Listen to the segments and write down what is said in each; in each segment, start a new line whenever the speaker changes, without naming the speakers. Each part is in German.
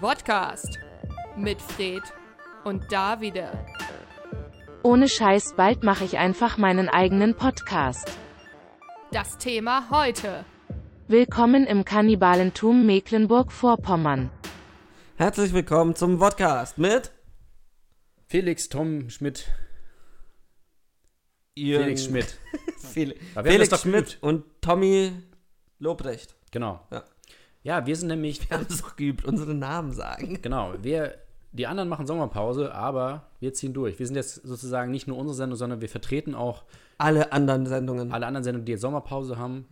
Podcast mit Fred und Davide.
Ohne Scheiß, bald mache ich einfach meinen eigenen Podcast.
Das Thema heute.
Willkommen im Kannibalentum Mecklenburg-Vorpommern.
Herzlich willkommen zum Podcast mit
Felix Tom Schmidt. Felix Schmidt.
Fel
Aber wir haben das
Felix
doch
Schmidt
geübt.
und Tommy Lobrecht.
Genau.
Ja.
Ja, wir sind nämlich,
Wir haben es doch geübt, unsere Namen sagen.
genau, wir, die anderen machen Sommerpause, aber wir ziehen durch. Wir sind jetzt sozusagen nicht nur unsere Sendung, sondern wir vertreten auch
Alle anderen Sendungen.
alle anderen Sendungen, die jetzt Sommerpause haben.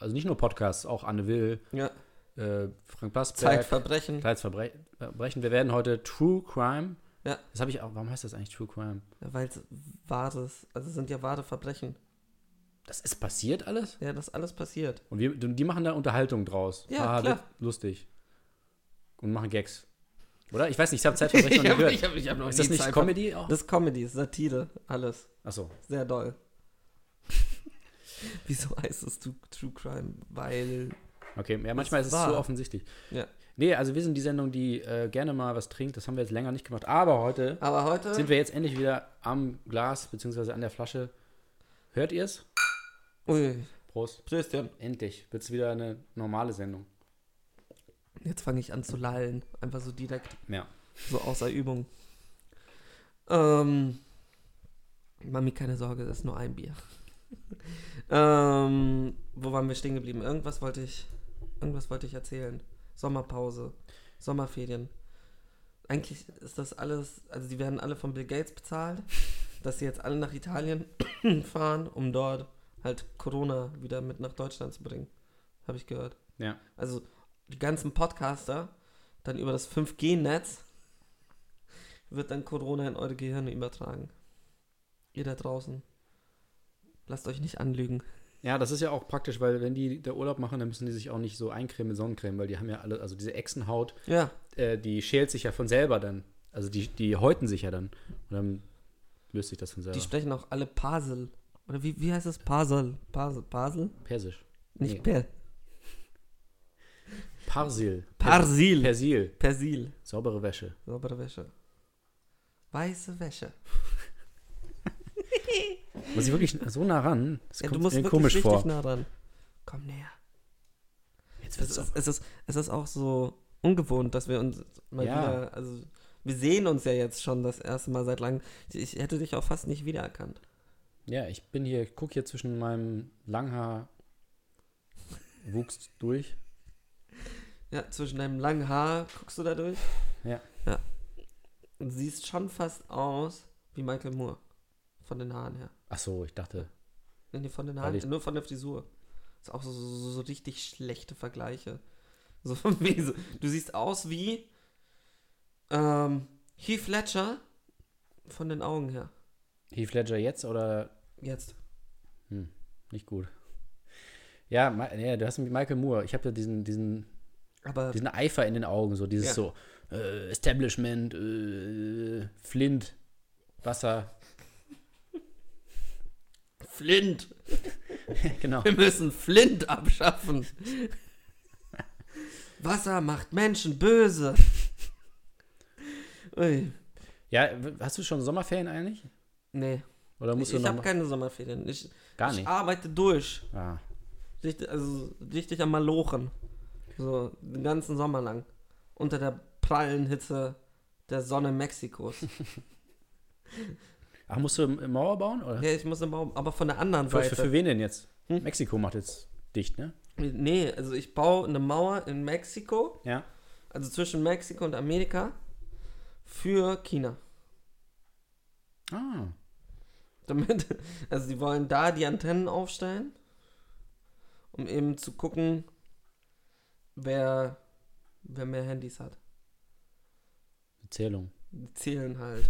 Also nicht nur Podcasts, auch Anne Will,
Ja.
äh, Frank Passberg,
Zeitverbrechen.
Zeitverbrechen. Wir werden heute True Crime.
Ja.
Das habe ich auch, warum heißt das eigentlich True Crime?
Weil es wahres, also es sind ja wahre Verbrechen.
Das ist passiert alles?
Ja, das alles passiert.
Und wir, die machen da Unterhaltung draus.
Ja,
Ah,
klar.
wird Lustig. Und machen Gags. Oder? Ich weiß nicht, ich habe Zeitverbrechen noch nicht gehört.
noch
Ist das nicht Comedy auch?
Das ist Comedy, Satire, alles.
Achso.
Sehr doll. Wieso heißt es True, True Crime? Weil.
Okay, ja, manchmal ist es
wahr.
so offensichtlich.
Ja.
Nee, also wir sind die Sendung, die äh, gerne mal was trinkt. Das haben wir jetzt länger nicht gemacht. Aber heute
Aber heute.
sind wir jetzt endlich wieder am Glas bzw. an der Flasche. Hört ihr es?
Ui,
Prost.
Pröstchen.
Endlich wird es wieder eine normale Sendung.
Jetzt fange ich an zu lallen. Einfach so direkt.
Ja.
So außer Übung. Ähm, Mami, keine Sorge, das ist nur ein Bier. ähm, wo waren wir stehen geblieben? Irgendwas wollte ich, irgendwas wollte ich erzählen. Sommerpause, Sommerferien. Eigentlich ist das alles, also die werden alle von Bill Gates bezahlt, dass sie jetzt alle nach Italien fahren, um dort halt Corona wieder mit nach Deutschland zu bringen. Habe ich gehört.
Ja.
Also die ganzen Podcaster, dann über das 5G-Netz wird dann Corona in eure Gehirne übertragen. Ihr da draußen. Lasst euch nicht anlügen.
Ja, das ist ja auch praktisch, weil wenn die da Urlaub machen, dann müssen die sich auch nicht so eincremen mit Sonnencreme, weil die haben ja alle, also diese Echsenhaut,
Ja,
äh, die schält sich ja von selber dann. Also die, die häuten sich ja dann. Und dann löst sich das von selber.
die sprechen auch alle Pasel. Oder wie, wie heißt es? Pasel. Pasel. Pasel?
Persisch.
Nicht
Nee.
Per.
Parsil.
Parsil.
Persil.
Persil.
Saubere Wäsche.
Saubere Wäsche. Weiße Wäsche.
Muss ich wirklich so nah ran? Das
Ja,
kommt mir komisch vor.
nah ran. Komm näher.
Jetzt
Es
wird's
ist, es, ist, es ist auch so ungewohnt, dass wir uns mal
Ja.
wieder, also wir sehen uns ja jetzt schon das erste Mal seit langem. Ich hätte dich auch fast nicht wiedererkannt.
Ja, ich bin hier, guck hier zwischen meinem Langhaar wuchs durch.
Ja, zwischen deinem langen Haar guckst du da durch
Ja.
und siehst schon fast aus wie Michael Moore. Von den Haaren her.
Ach so, ich dachte.
Nee, nee, von den
Weil
Haaren,
ich-
nur von der Frisur. Ist auch so, so, so, so richtig schlechte Vergleiche. So von wegen so. Du siehst aus wie ähm, Heath Ledger von den Augen her.
Heath Ledger jetzt oder
Jetzt.
nicht gut? Ja, Ma ja du hast mit Michael Moore. Ich habe ja diesen, diesen,
Aber
diesen Eifer in den Augen, so dieses
Ja.
so äh, Establishment, äh, Flint, Wasser.
Flint.
genau.
Wir müssen Flint abschaffen. Wasser macht Menschen böse. Ui.
Ja, w- hast du schon Sommerferien eigentlich?
Nee,
Oder musst du
ich
noch
habe
mal-
keine Sommerferien. Ich,
gar
ich
nicht?
arbeite durch.
Ah.
Richtig, also richtig am Malochen. So den ganzen Sommer lang. Unter der prallen Hitze der Sonne Mexikos.
Ach, musst du eine Mauer bauen? Oder?
ja, Hm? ich muss im Baum, aber von der anderen
Für,
Seite.
für, für wen denn jetzt? Mexiko macht jetzt dicht, ne?
Nee, also ich baue eine Mauer in Mexiko,
Ja.
also zwischen Mexiko und Amerika, für China.
Ah.
Damit, also sie wollen da die Antennen aufstellen, um eben zu gucken, wer, wer mehr Handys hat.
Die Zählung.
Die zählen halt.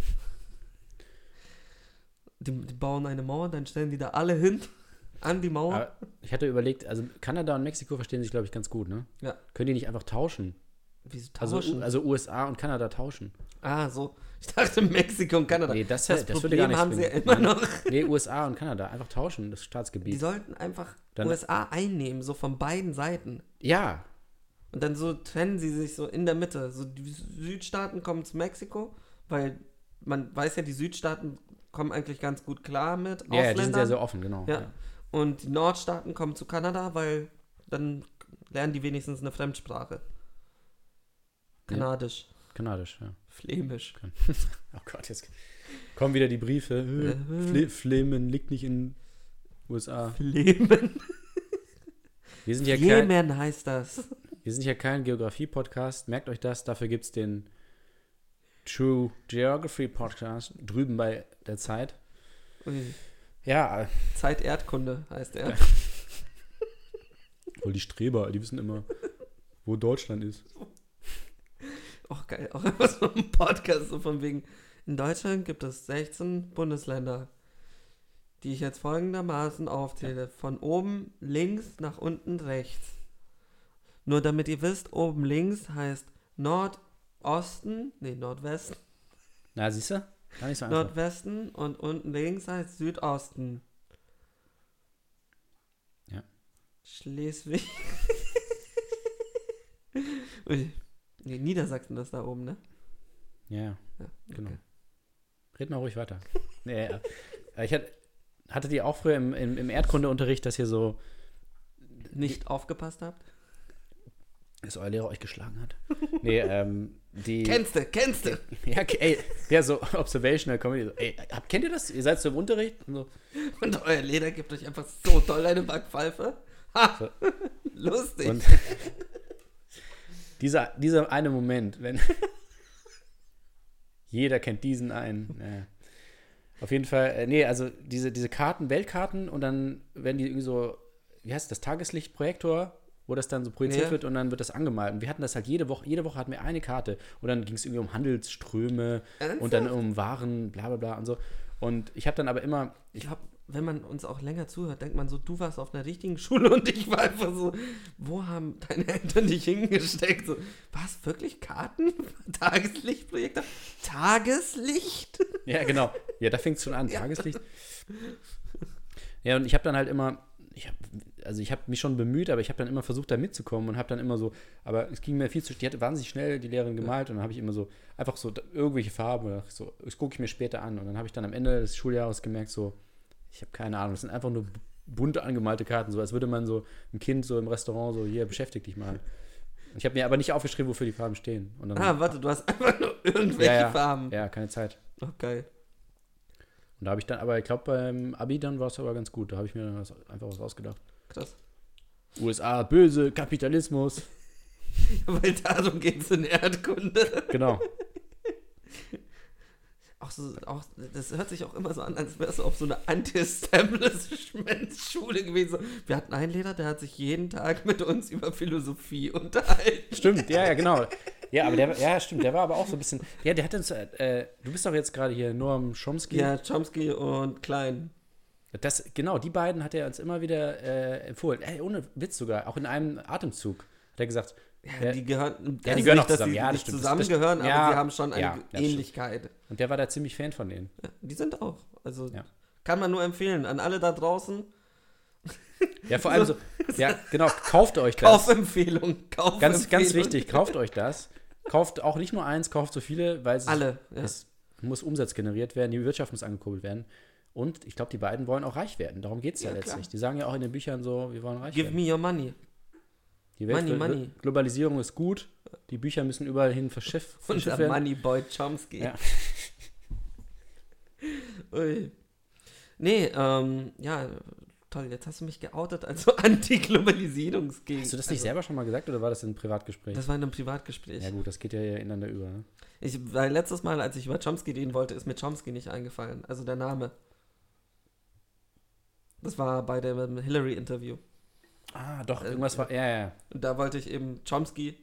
Die, die bauen eine Mauer, dann stellen die da alle hin an die Mauer.
Aber ich hatte überlegt, also Kanada und Mexiko verstehen sich, glaube ich, ganz gut, ne?
Ja.
Können die nicht einfach tauschen?
Wieso
Also,
tauschen?
also USA und Kanada tauschen.
ah, so. Ich dachte Mexiko und Kanada.
Nee, das,
das
das würde
Problem
gar nichts
haben sie ja
bringen.
immer
Nein.
noch.
Nee, USA und Kanada, einfach tauschen, das
Die
Staatsgebiet.
sollten einfach
Dann-
USA einnehmen, so von beiden Seiten.
Ja.
Und dann so trennen sie sich so in der Mitte. So die Südstaaten kommen zu Mexiko, weil man weiß ja, die Südstaaten kommen eigentlich ganz gut klar mit
Ja, ja, die sind
Ausländern.
sehr, sehr offen, genau.
Ja. Und die Nordstaaten kommen zu Kanada, weil dann lernen die wenigstens eine Fremdsprache. Kanadisch,
Kanadisch, ja.
flämisch.
Oh Gott, jetzt kommen wieder die Briefe. Fle Flemen liegt nicht in USA.
Flemen.
Wir sind ja kein,
Jemen heißt das.
wir sind ja kein Geografie-Podcast. Merkt euch das. Dafür gibt es den True Geography Podcast drüben bei der Zeit.
Ui.
Ja, äh,
Zeit Erdkunde heißt er.
Voll die Streber, die wissen immer, wo Deutschland ist.
Auch geil, auch immer so ein Podcast, so von wegen. In Deutschland gibt es 16 Bundesländer, die ich jetzt folgendermaßen aufzähle. Von oben links nach unten rechts. Nur damit ihr wisst, oben links heißt Nordosten, nee, Nordwesten,
Na, siehst du? Gar nicht so einfach.
Nordwesten und unten links heißt Südosten.
Ja.
Schleswig. Ui. Nee, Niedersachsen ist da oben, ne?
ja, ja,
Ja,
genau. Red mal ruhig weiter. nee, ja. Äh, Ich hatte, hattet ihr auch früher im, im, im Erdkundeunterricht, dass ihr so,
Nicht aufgepasst habt?
dass euer Lehrer euch geschlagen hat? Nee, ähm, die.
Kennst du, kennst du.
ja, okay, ey, ja, so Observational Comedy. So, ey, habt, kennt ihr das? Ihr seid so im Unterricht? Und so,
Und euer Leder gibt euch einfach so toll eine Backpfeife. Ha! Lustig.
Und dieser, dieser eine Moment, wenn. jeder kennt diesen einen. Ja. Auf jeden Fall, äh, nee, also diese, diese Karten, Weltkarten und dann werden die irgendwie so, wie heißt das, Tageslichtprojektor, wo das dann so projiziert
Ja.
wird und dann wird das angemalt. Und wir hatten das halt jede Woche, jede Woche hatten wir eine Karte und dann ging es irgendwie um Handelsströme und dann um Waren, bla bla bla und so. Und ich habe dann aber immer,
ich glaube, wenn man uns auch länger zuhört, denkt man so, du warst auf einer richtigen Schule und ich war einfach so, wo haben deine Eltern dich hingesteckt? So, was, wirklich Karten? Tageslichtprojekte? Tageslicht?
Ja, genau. Ja, da fängt es schon an, Tageslicht. Ja, und ich habe dann halt immer, ich hab, also ich habe mich schon bemüht, aber ich habe dann immer versucht, da mitzukommen und habe dann immer so, aber es ging mir viel zu, die hatte wahnsinnig schnell die Lehrerin gemalt und dann habe ich immer so, einfach so da- irgendwelche Farben oder so, das gucke ich mir später an. Und dann habe ich dann am Ende des Schuljahres gemerkt, so, ich habe keine Ahnung, das sind einfach nur b- bunt angemalte Karten, so als würde man so ein Kind so im Restaurant so, hier, beschäftig dich mal. Ich habe mir aber nicht aufgeschrieben, wofür die Farben stehen. Und dann,
Ah, warte, du hast einfach nur irgendwelche
ja, ja,
Farben.
Ja, keine Zeit.
Oh, geil.
Und da habe ich dann, aber ich glaube, beim Abi dann war es aber ganz gut. Da habe ich mir dann was, einfach was ausgedacht.
Krass.
USA, böse, Kapitalismus.
Weil darum geht es in Erdkunde.
Genau.
Auch so, auch, das hört sich auch immer so an, als wäre es auf so eine Anti-Establishment-Schule gewesen. Wir hatten einen Lehrer, der hat sich jeden Tag mit uns über Philosophie unterhalten.
Stimmt, ja, ja, genau. Ja, aber der, ja, stimmt, der war aber auch so ein bisschen. Ja, der hat uns, äh, äh, du bist doch jetzt gerade hier Noam Chomsky.
Ja, Chomsky und Klein.
Das, genau, die beiden hat er uns immer wieder äh, empfohlen. Ey, ohne Witz sogar, auch in einem Atemzug. Hat er gesagt,
Ja, die gehören,
Ja, die
also
gehören
nicht,
auch
dass
zusammen.
sie
Ja, das
nicht
stimmt. Das- das-
zusammengehören, aber
ja,
sie haben schon eine
ja, das stimmt.
Ähnlichkeit.
und der war da ziemlich Fan von denen.
Die sind auch. Also
Ja.
kann man nur empfehlen. An alle da draußen,
Ja, vor allem so, ja, genau, kauft euch das.
Kaufempfehlung. Kaufempfehlung.
Ganz, ganz wichtig, kauft euch das. Kauft auch nicht nur eins, kauft so viele, weil es
Alle, ja.
es muss Umsatz generiert werden, die Wirtschaft muss angekurbelt werden. Und ich glaube, die beiden wollen auch reich werden. Darum geht es ja,
Ja,
letztlich.
klar.
Die sagen ja auch in den Büchern so, wir wollen reich
Give
werden.
me your money.
die Welt
money,
will-
money.
Globalisierung ist gut, die Bücher müssen überall hin verschifft,
Unser
verschifft werden.
Moneyboy Chomsky.
Ja.
Ui. Nee, ähm, ja, toll, jetzt hast du mich geoutet also als so Anti-Globalisierungsgegner.
Hast du das nicht selber schon mal gesagt oder war das ein Privatgespräch?
Also Das war in einem Privatgespräch.
ja gut, das geht ja hier ineinander über. Ne?
Ich, weil letztes Mal, als ich über Chomsky reden wollte, ist mir Chomsky nicht eingefallen. Also der Name. Das war bei dem Hillary-Interview.
Ah, doch,
Äh,
irgendwas war, ja, ja.
Und da wollte ich eben Chomsky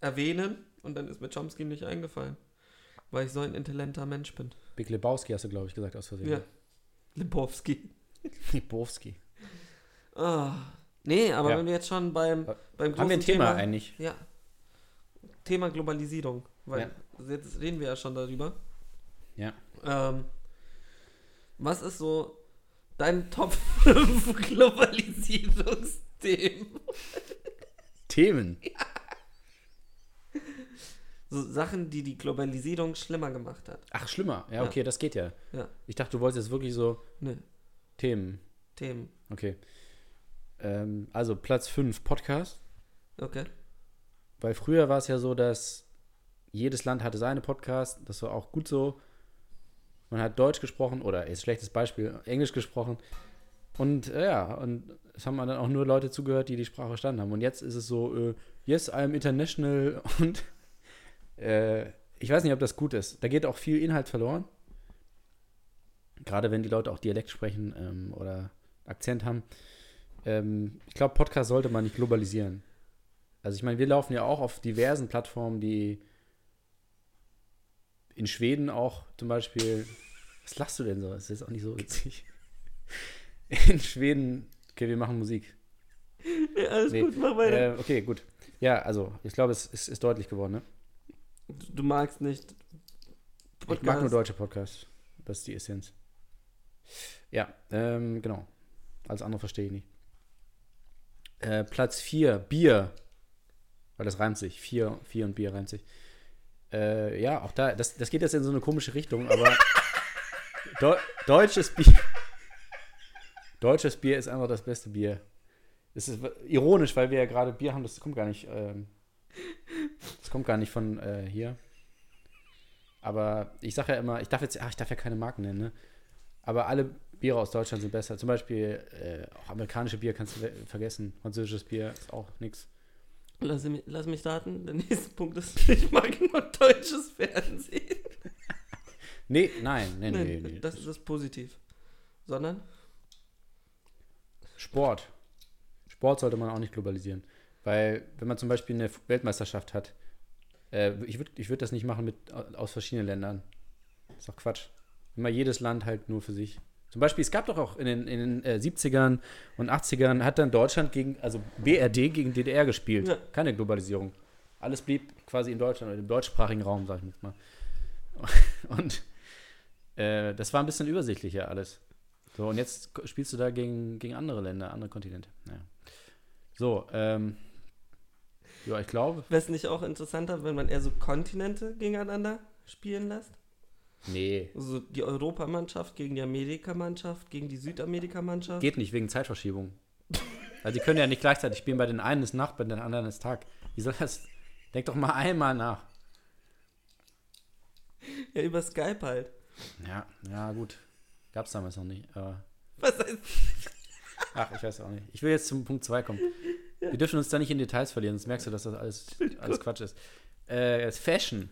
erwähnen und dann ist mir Chomsky nicht eingefallen. Weil ich so ein intelligenter Mensch bin.
Big Lebowski hast du, glaube ich, gesagt, aus Versehen.
Ja. Lebowski.
Lebowski.
Ah. Nee, aber
Ja.
wenn wir jetzt schon beim,
Haben
beim großen
Haben wir ein Thema eigentlich?
Ja. Thema Globalisierung. Weil jetzt reden wir ja schon darüber.
Ja.
Ähm, was ist so dein Top 5 Globalisierungsthemen?
Themen.
So Sachen, die die Globalisierung schlimmer gemacht hat.
Ach, schlimmer. Ja,
Ja.
okay, das geht ja.
Ja.
Ich dachte, du wolltest jetzt wirklich so
Ne,
Themen.
Themen.
Okay. Ähm, also Platz 5, Podcast.
Okay.
Weil früher war es ja so, dass jedes Land hatte seine Podcasts. Das war auch gut so. Man hat Deutsch gesprochen oder ist schlechtes Beispiel, Englisch gesprochen. Und äh, ja, und es haben dann auch nur Leute zugehört, die die Sprache verstanden haben. Und jetzt ist es so, äh, yes, I'm international. Und äh, ich weiß nicht, ob das gut ist. Da geht auch viel Inhalt verloren. Gerade wenn die Leute auch Dialekt sprechen ähm, oder Akzent haben. Ähm, ich glaube, Podcast sollte man nicht globalisieren. Also ich meine, wir laufen ja auch auf diversen Plattformen, die in Schweden auch zum Beispiel. Was lachst du denn so? Das ist jetzt auch nicht so witzig. In Schweden, okay, wir machen Musik.
Ja, alles
Nee,
gut, mach weiter.
Äh, okay, gut. Ja, also ich glaube, es ist, ist deutlich geworden, ne?
Du, du magst nicht.
Ich mag nur deutsche Podcasts. Das ist die Essenz. Ja, ähm, genau. Alles andere verstehe ich nicht. Äh, Platz 4, Bier. Weil das reimt sich. 4 vier und Bier reimt sich. Äh, ja, auch da, das, das geht jetzt in so eine komische Richtung, aber Deu deutsches Bier. Deutsches Bier ist einfach das beste Bier. Es ist ironisch, weil wir ja gerade Bier haben, das kommt gar nicht, ähm, das kommt gar nicht von äh, hier. Aber ich sage ja immer, ich darf jetzt, ach, ich darf ja keine Marken nennen, ne? Aber alle Biere aus Deutschland sind besser. Zum Beispiel äh, auch amerikanische Bier kannst du we- vergessen. Französisches Bier ist auch nix.
Lass mich, lass mich starten. Der nächste Punkt ist, ich mag nur deutsches Fernsehen.
Nee, nein, nee, nee,
Nein,
nee.
das ist das positiv. Sondern?
Sport. Sport sollte man auch nicht globalisieren. Weil, wenn man zum Beispiel eine Weltmeisterschaft hat, äh, ich würde ich würd das nicht machen mit, aus verschiedenen Ländern. Ist doch Quatsch. Immer jedes Land halt nur für sich. Zum Beispiel, es gab doch auch in den, in den äh, 70ern und 80ern hat dann Deutschland gegen, also BRD gegen DDR gespielt.
Ja.
Keine Globalisierung. Alles blieb quasi in Deutschland oder im deutschsprachigen Raum, sag ich jetzt mal. Und äh, das war ein bisschen übersichtlicher alles. So, und jetzt ko- spielst du da gegen, gegen andere Länder, andere Kontinente. Naja. So, ähm, ja, ich glaube,
Wäre es nicht auch interessanter, wenn man eher so Kontinente gegeneinander spielen lässt?
nee,
Also die Europamannschaft gegen die Amerikamannschaft, gegen die Südamerikamannschaft.
geht nicht wegen Zeitverschiebung. Weil die können ja nicht gleichzeitig spielen, bei den einen ist Nacht, bei den anderen ist Tag. Wie soll das? Denk doch mal einmal nach.
Ja, über Skype halt.
Ja, ja, gut. Gab's damals noch nicht. Aber,
Was heißt?
ach, ich weiß auch nicht. Ich will jetzt zum Punkt 2 kommen. Wir dürfen uns da nicht in Details verlieren, sonst merkst du, dass das alles, alles Quatsch ist. Äh, Fashion.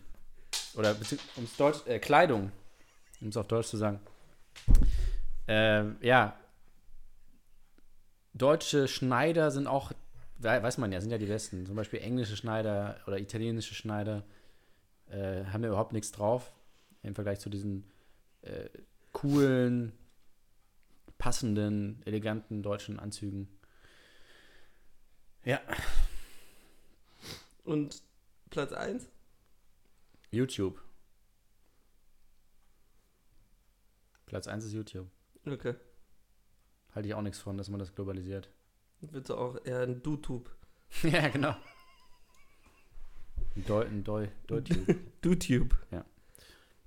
Oder um es Deutsch, äh, Kleidung. Um es auf Deutsch zu sagen. Ähm, ja. Deutsche Schneider sind auch, we- weiß man ja, sind ja die Besten. Zum Beispiel englische Schneider oder italienische Schneider äh, haben ja überhaupt nichts drauf im Vergleich zu diesen äh, coolen, passenden, eleganten deutschen Anzügen. Ja,
Und Platz 1?
YouTube. Platz 1 ist YouTube.
Okay.
Halte ich auch nichts von, dass man das globalisiert.
Willst du auch eher ein DuTube?
ja, genau. Ein Deu, ein Deu, DeuTube.
DuTube.
Ja.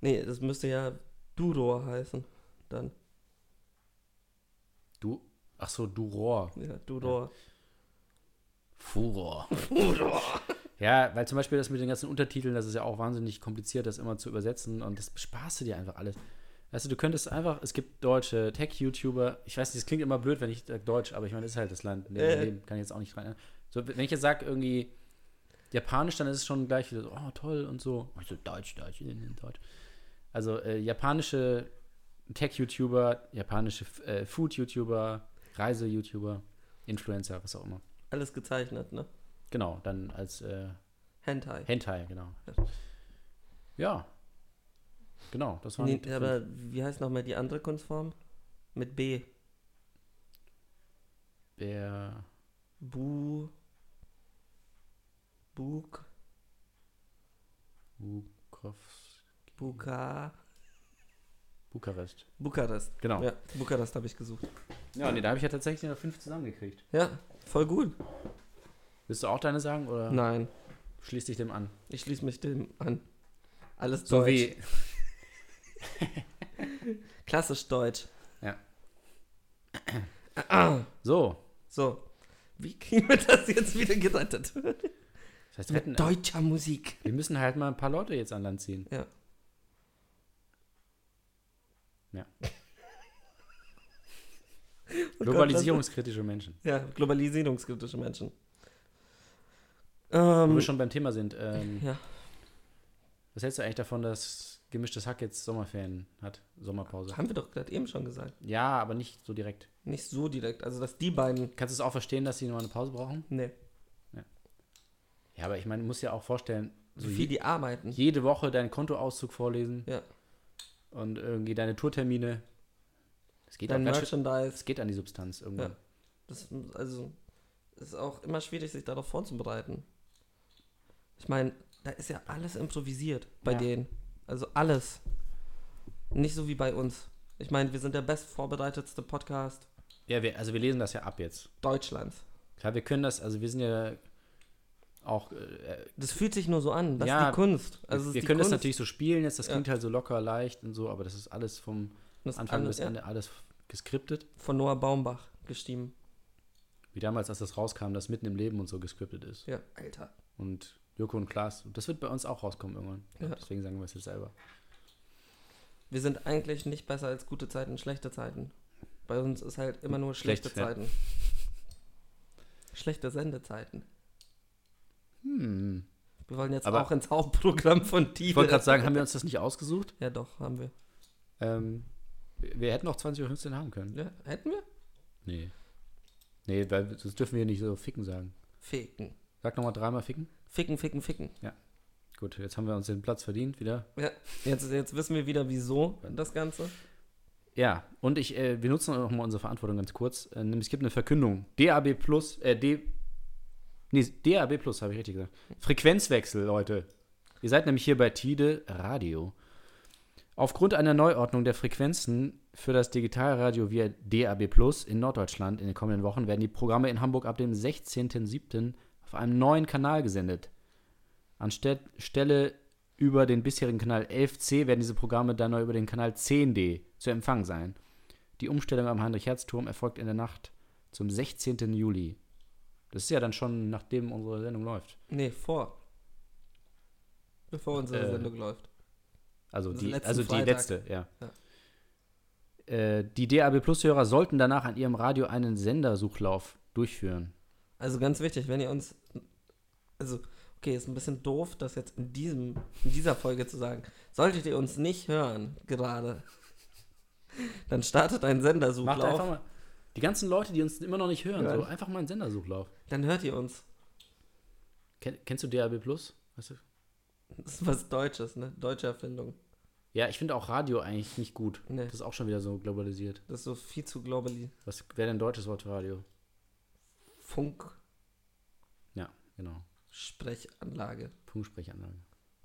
Nee, das müsste ja Duro heißen. Dann.
Du, ach so, Duror.
Ja, Duro.
Furor. Ja, weil zum Beispiel das mit den ganzen Untertiteln, das ist ja auch wahnsinnig kompliziert, das immer zu übersetzen und das besparst du dir einfach alles. Weißt du, du könntest einfach, es gibt deutsche Tech-YouTuber, ich weiß nicht, das klingt immer blöd, wenn ich sag Deutsch, aber ich meine, das ist halt das Land, in dem wir
Äh.
leben, kann ich jetzt auch nicht rein. So, wenn ich jetzt sage irgendwie Japanisch, dann ist es schon gleich wieder so, oh toll und so. Also Deutsch, Deutsch, Deutsch. Also äh, japanische Tech-YouTuber, japanische äh, Food-YouTuber, Reise-YouTuber, Influencer, was auch immer.
Alles gezeichnet, ne?
Genau, dann als äh,
Hentai.
Hentai, genau. Ja. Genau, das war
Nee, aber wie heißt nochmal die andere Kunstform? Mit B.
der
Bu. Buk.
Bukowsk,
Buka.
Bukarest.
Bukarest.
Genau. Ja,
Ja, Bukarest habe ich gesucht.
nee, da habe ich ja tatsächlich noch fünf zusammengekriegt.
Ja, voll gut.
Willst du auch deine sagen? Oder?
Nein.
Schließ dich dem an.
Ich schließe mich dem an. Alles
So
deutsch.
wie.
Klassisch deutsch.
Ja.
Ah,
So.
so. Wie kriegen wir das jetzt wieder gerettet?
Das heißt, wir, hätten,
Mit deutscher Musik.
wir müssen halt mal ein paar Leute jetzt an Land ziehen.
Ja.
Ja.
Oh Gott,
Globalisierungskritische Menschen.
das- Ja, globalisierungskritische Menschen.
Wo
Ähm,
wir schon beim Thema sind, ähm,
Ja.
was hältst du eigentlich davon, dass gemischtes Hack jetzt Sommerferien hat? Sommerpause.
haben wir doch gerade eben schon gesagt.
Ja, aber nicht so direkt.
Nicht so direkt. Also, dass die beiden.
Kannst du es auch verstehen, dass sie nochmal eine Pause brauchen?
Ne,
Ja, aber ich meine, du musst ja auch vorstellen, so
wie viel
je,
die arbeiten.
jede Woche deinen Kontoauszug vorlesen
Ja.
und irgendwie deine Tourtermine. Es geht,
Dein
auch ganz schön,
Merchandise.
es geht an die Substanz irgendwann.
Ja. Das, also, ist auch immer schwierig, sich darauf vorzubereiten. Ich meine, da ist ja alles improvisiert bei
Ja.
denen. Also alles. Nicht so wie bei uns. Ich meine, wir sind der best vorbereitetste Podcast
Ja, wir, also wir lesen das ja ab jetzt.
Deutschlands.
Klar, wir können das, also wir sind ja auch, äh,
Das fühlt sich nur so an. Das
Ja,
ist die Kunst. Also, es
wir
ist die
können das
Kunst.
natürlich so spielen jetzt, das
Ja.
klingt halt so locker, leicht und so, aber das ist alles vom
Das ist
Anfang
alles,
bis
ja,
Ende alles geskriptet.
Von Noah Baumbach gestiegen.
Wie damals, als das rauskam, dass mitten im Leben und so geskriptet ist.
Ja, Alter.
Und Joko und Klaas, das wird bei uns auch rauskommen irgendwann.
Ja.
Deswegen sagen wir es jetzt selber.
Wir sind eigentlich nicht besser als gute Zeiten, schlechte Zeiten. Bei uns ist halt immer nur
Schlecht,
schlechte
ja.
Zeiten. Schlechte Sendezeiten.
Hm.
Wir wollen jetzt
Aber-
auch ins Hauptprogramm von Tide.
Ich wollte gerade sagen, haben wir uns das nicht ausgesucht?
Ja, doch, haben wir.
Ähm, wir hätten auch 20.15 Uhr haben können.
Ja, hätten wir?
Nee. Nee, weil das dürfen wir nicht so ficken sagen.
Ficken.
Sag nochmal dreimal ficken.
Ficken, ficken, ficken.
Gut, jetzt haben wir uns den Platz verdient wieder.
Ja, jetzt, jetzt wissen wir wieder, wieso das Ganze.
Ja, und ich, äh, wir nutzen auch noch mal unsere Verantwortung ganz kurz. Äh, nämlich es gibt eine Verkündung. DAB Plus, äh, D. Nee, DAB Plus, habe ich richtig gesagt. Frequenzwechsel, Leute. Ihr seid nämlich hier bei Tide Radio. Aufgrund einer Neuordnung der Frequenzen für das Digitalradio via DAB Plus in Norddeutschland in den kommenden Wochen werden die Programme in Hamburg ab dem 16.07. auf einem neuen Kanal gesendet. Anstelle über den bisherigen Kanal 11c werden diese Programme dann neu über den Kanal 10d zu empfangen sein. Die Umstellung am Heinrich-Herz-Turm erfolgt in der Nacht zum 16. Juli. Das ist ja dann schon, nachdem unsere Sendung läuft.
Nee, vor. Bevor unsere
Äh,
Sendung läuft.
Also
Das
die,
letzten
also die
Freitag.
letzte, ja.
Ja.
Äh, die DAB Plus-Hörer sollten danach an ihrem Radio einen Sendersuchlauf durchführen.
Also ganz wichtig, wenn ihr uns. Also, okay, ist ein bisschen doof, das jetzt in, diesem, in dieser Folge zu sagen. Solltet ihr uns nicht hören, gerade, dann startet einen
Macht einfach
Sendersuchlauf.
mal. Die ganzen Leute, die uns immer noch nicht hören,
Hören.
so einfach mal einen Sendersuchlauf.
Dann hört ihr uns.
Ken, kennst du DAB Plus? Weißt du?
Das ist was Deutsches, ne? Deutsche Erfindung.
Ja, ich finde auch Radio eigentlich nicht gut.
Nee.
Das ist auch schon wieder so globalisiert.
Das ist so viel zu global.
Was wäre denn ein deutsches Wort für Radio?
Funk.
Ja, genau.
Sprechanlage.
Funksprechanlage.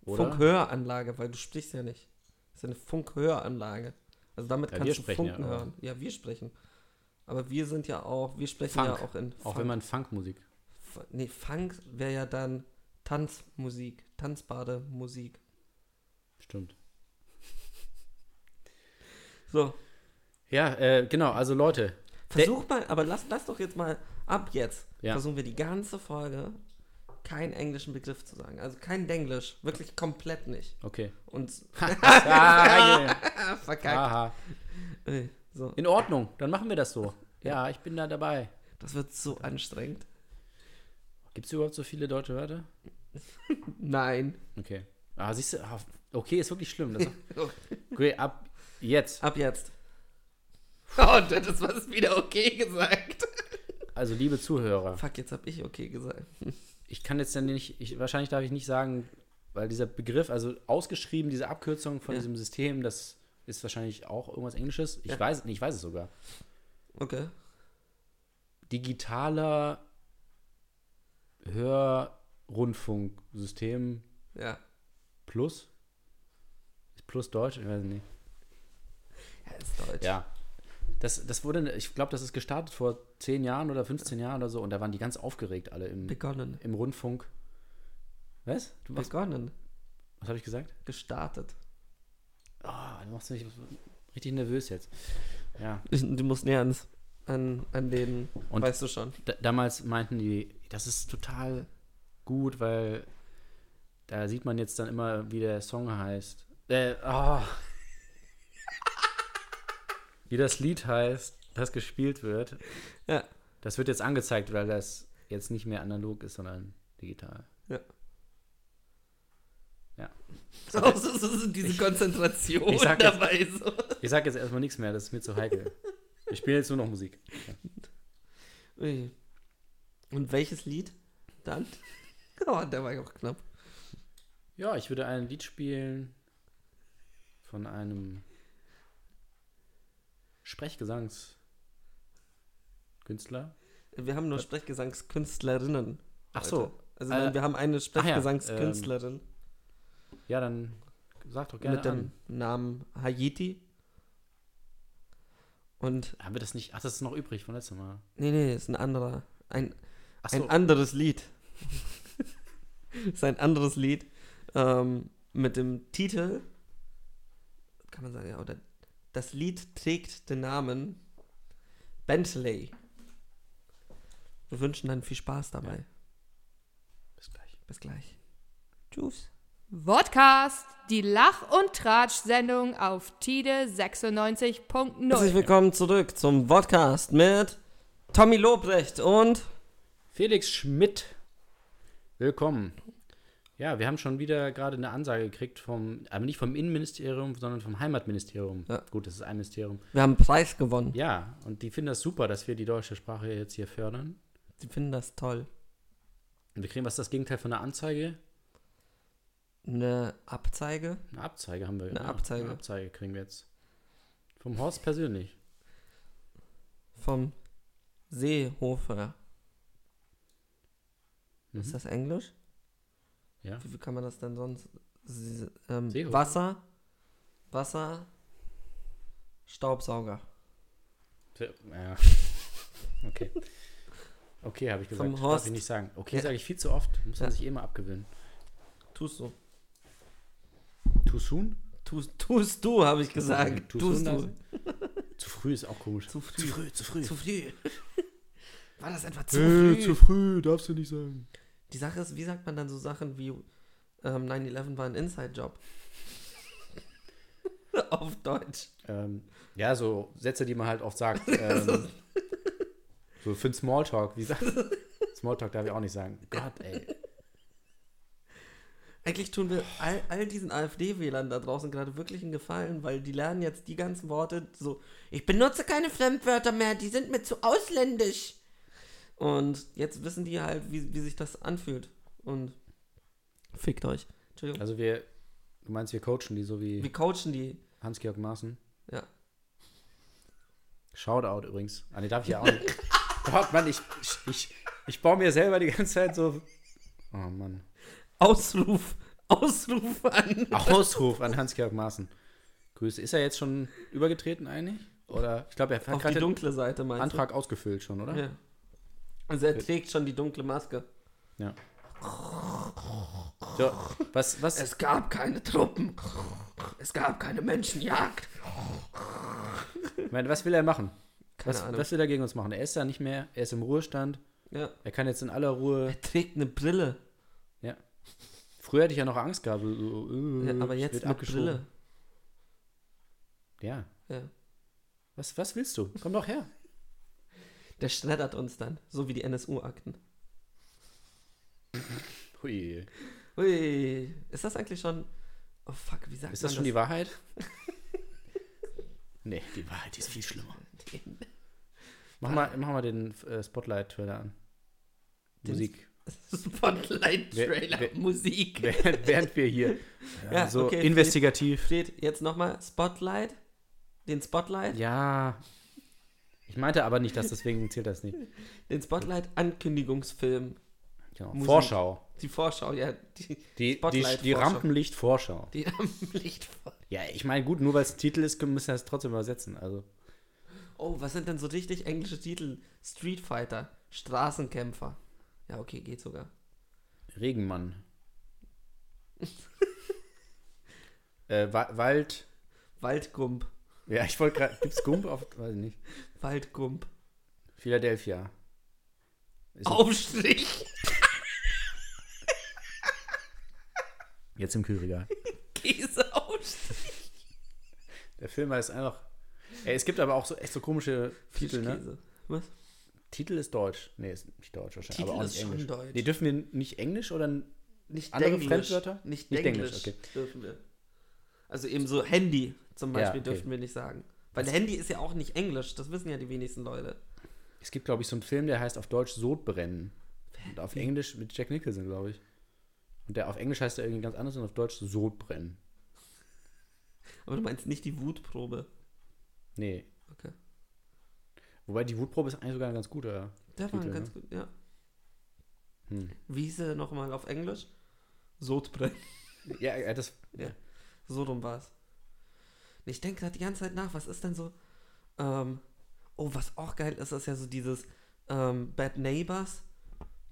Oder?
Funkhöranlage, weil du sprichst ja nicht. Das ist eine Funkhöranlage. Also damit
Ja, wir
kannst du
sprechen ja
Funken
auch.
hören. Ja, wir sprechen. Aber wir sind ja auch, wir sprechen
Funk.
ja auch in
Auch wenn man Funkmusik.
F- Nee, Funk wäre ja dann Tanzmusik, Tanzbademusik.
Stimmt.
So,
Ja, äh, genau. Also Leute,
versuch mal, aber lass, lass doch jetzt mal ab jetzt.
Ja.
Versuchen wir die ganze Folge keinen englischen Begriff zu sagen. Also kein Denglisch, wirklich komplett nicht.
okay.
Und
Ah, ja.
ah, verkackt.
Aha.
Äh, So,
In Ordnung, dann machen wir das so. Ja, ich bin da dabei.
das wird so anstrengend.
Gibt es überhaupt so viele deutsche Wörter?
Nein.
Okay. Ah, siehst du, ah, okay, ist wirklich schlimm. Das okay, ab jetzt.
Ab jetzt. Oh, das ist was wieder okay gesagt.
Also, liebe Zuhörer,
Fuck, jetzt hab ich okay gesagt.
ich kann jetzt dann nicht, ich, wahrscheinlich darf ich nicht sagen, weil dieser Begriff, also ausgeschrieben, diese Abkürzung von
Ja.
diesem System, das ist wahrscheinlich auch irgendwas Englisches. Ich
Ja.
weiß es nicht, ich weiß es sogar.
Okay.
digitaler Hörrundfunksystem
Ja.
Plus? Ist Plus Deutsch? Ich weiß es nicht.
Ja, ist deutsch.
Ja. Das, das wurde, ich glaube, das ist gestartet vor 10 Jahren oder 15 Jahren oder so und da waren die ganz aufgeregt alle im,
Begonnen.
im Rundfunk. Was? Du machst,
Begonnen.
was habe ich gesagt?
Gestartet.
Ah, du machst mich richtig nervös jetzt. Ja.
Ich, du musst näher ans, an, an den,
Und-
weißt du schon.
D damals meinten die, das ist total gut, weil da sieht man jetzt dann immer, wie der Song heißt. Äh, ah. Wie das Lied heißt, das gespielt wird.
Ja.
Das wird jetzt angezeigt, weil das jetzt nicht mehr analog ist, sondern digital.
So, so, so, so diese Konzentration
ich sag jetzt-
dabei. So.
Ich sag jetzt erstmal nichts mehr, das ist mir zu heikel. Ich spiele jetzt nur noch Musik.
Ui. Und welches Lied dann? Oh, der war ja auch knapp.
Ja, ich würde ein Lied spielen von einem Sprechgesangskünstler.
Wir haben nur Sprechgesangskünstlerinnen.
Ach
heute.
so.
Also
Äh,
nein, wir haben eine
ja,
Sprechgesangskünstlerin
Ja, dann sag doch gerne
mit dem
an.
Namen Hayiti. Und
Haben wir das nicht? Ach, das ist noch übrig von letztem Mal.
nee, nee, ist ein anderer. Ein,
Ach so.
ein anderes Lied. ist ein anderes Lied ähm, mit dem Titel, kann man sagen, ja, oder das Lied trägt den Namen Bentley. Wir wünschen dann viel Spaß dabei.
Bis gleich.
Bis gleich. Tschüss.
Vodcast, die Lach- und Tratsch-Sendung auf Tide 96.0.
Herzlich willkommen zurück zum Podcast mit Tommy Lobrecht und
Felix Schmidt, willkommen. Ja, wir haben schon wieder gerade eine Ansage gekriegt vom, aber nicht vom Innenministerium, sondern vom Heimatministerium.
Ja.
Gut, das ist ein Ministerium.
wir haben einen Preis gewonnen.
Ja, und die finden das super, dass wir die deutsche Sprache jetzt hier fördern.
Die finden das toll.
Und wir kriegen, was ist das Gegenteil von einer Anzeige?
Eine Abzeige.
Eine Abzeige haben wir.
Eine
ja,
Abzeige.
Eine Abzeige kriegen wir jetzt. Vom Horst persönlich.
vom Seehofer.
Mhm.
Ist das Englisch?
Ja.
Wie, wie kann man das denn sonst? Se- Ähm,
Seehofer?
Wasser, Wasser, Staubsauger.
Ja. Okay. Okay, habe ich gesagt.
Vom
Darf
Horst.
ich nicht sagen. Okay,
Ja.
sage ich viel zu oft. Muss man
Ja.
sich eh mal abgewöhnen.
Tust du?
Too soon?
Tust, tust du, habe ich gesagt.
Too
Tust
soon,
du?
Zu früh ist auch komisch.
Zu früh.
zu früh.
Zu früh. War das etwa zu
Äh,
früh?
zu früh, darfst du nicht sagen.
Die Sache ist, wie sagt man dann so Sachen wie ähm, 9-11 war ein Inside-Job? Auf Deutsch.
Ähm, ja, so Sätze, die man halt oft sagt. Ähm, so für einen Smalltalk, wie sagt Smalltalk darf ich auch nicht sagen. Gott, ey.
Eigentlich tun wir all, all diesen AfD-Wählern da draußen gerade wirklich einen Gefallen, weil die lernen jetzt die ganzen Worte so, ich benutze keine Fremdwörter mehr, die sind mir zu ausländisch. Und jetzt wissen die halt, wie, wie sich das anfühlt. Und fickt euch. Entschuldigung.
Also wir, du meinst, wir coachen die so wie
Wir coachen die.
Hans-Georg Maaßen?
Ja.
Shoutout übrigens. Ah, nee, darf ich ja auch nicht. Gott, Mann, ich, ich, ich, ich baue mir selber die ganze Zeit so... Oh, Mann.
Ausruf. Ausruf an.
Ausruf an Hans-Georg Maaßen. Grüße. Ist er jetzt schon übergetreten eigentlich? Oder ich glaube, er hat
Auf die
gerade den
dunkle Seite meinst
Antrag ausgefüllt schon,
du?
oder?
Ja. Also er trägt schon die dunkle Maske.
Ja. So, was, was,
Es gab keine Truppen. Es gab keine Menschenjagd.
ich meine, was will er machen?
Keine
Was,
Ahnung.
was will er gegen uns machen? Er ist ja nicht mehr, er ist im Ruhestand,
Ja.
er kann jetzt in aller Ruhe.
Er trägt eine Brille.
Ja. Früher hätte ich ja noch Angst gehabt. so, so, äh,
Ja, aber
es
jetzt
wird
mit
abgeschoben.
Brille.
Ja.
Ja.
Was, was willst du? Komm doch her.
Der schreddert uns dann, so wie die NSU-Akten.
Hui.
Hui, ist das eigentlich schon. Oh fuck, wie sagt
Ist das schon
man
die Wahrheit? nee, die Wahrheit die ist viel schlimmer.
das? Die
Mach mal, mach mal den äh, Spotlight-Trailer an.
Den-
Musik.
Spotlight-Trailer,
Wer- wer-
Musik.
Während, während wir hier
Ja,
so
okay,
investigativ.
Fred, jetzt nochmal Spotlight. Den Spotlight.
Ja. Ich meinte aber nicht, dass deswegen zählt das nicht.
Den Spotlight-Ankündigungsfilm.
Genau.
Musik.
Vorschau.
Die Vorschau, ja. Die,
Die, die, die
Spotlight-Vorschau.
Rampenlicht-Vorschau.
die am Licht.
Ja, ich meine, gut, nur weil es Titel ist, müssen wir es trotzdem übersetzen. Also,
Oh, was sind denn so richtig englische Titel? Street Fighter, Straßenkämpfer. Ja, okay, geht sogar.
Regenmann. äh, Wa Wald.
Waldgump.
Ja, ich wollte gerade. Gibt's Gump auf. Weiß ich nicht.
Waldgump.
Philadelphia. Ist-
Aufstrich.
Jetzt im Kühlregal.
Käseaufstrich.
Der Film heißt einfach. Ey, es gibt aber auch so echt so komische Titel, ne?
Fischkäse. Was?
Titel ist deutsch. Nee, ist nicht deutsch wahrscheinlich.
Titel
aber auch
ist
nicht
schon
Englisch.
deutsch.
Nee, dürfen wir nicht Englisch oder
Nicht
Andere
Denglisch.
Fremdwörter?
Nicht
Nicht
Denglisch
Denglisch, okay.
dürfen wir. Also eben so Handy zum
Ja,
Beispiel
okay.
dürfen wir nicht sagen. Weil Handy ist ja auch nicht Englisch, das wissen ja die wenigsten Leute.
Es gibt, glaube ich, so einen Film, der heißt auf Deutsch Sodbrennen. Und auf Englisch mit Jack Nicholson, glaube ich. Und der auf Englisch heißt er irgendwie ganz anders und auf Deutsch Sodbrennen.
Aber du meinst nicht die Wutprobe.
Nee.
Okay.
Wobei die Wutprobe ist eigentlich sogar ein ganz guter.
Der war
Titel,
ganz
ne?
gut, ja.
Hm.
Wiese nochmal auf Englisch. Sodbrennen.
Ja, ja, das.
Ja. So rum war es. Ich denke gerade die ganze Zeit nach, was ist denn so. Ähm, oh, was auch geil ist, ist ja so dieses ähm, Bad Neighbors,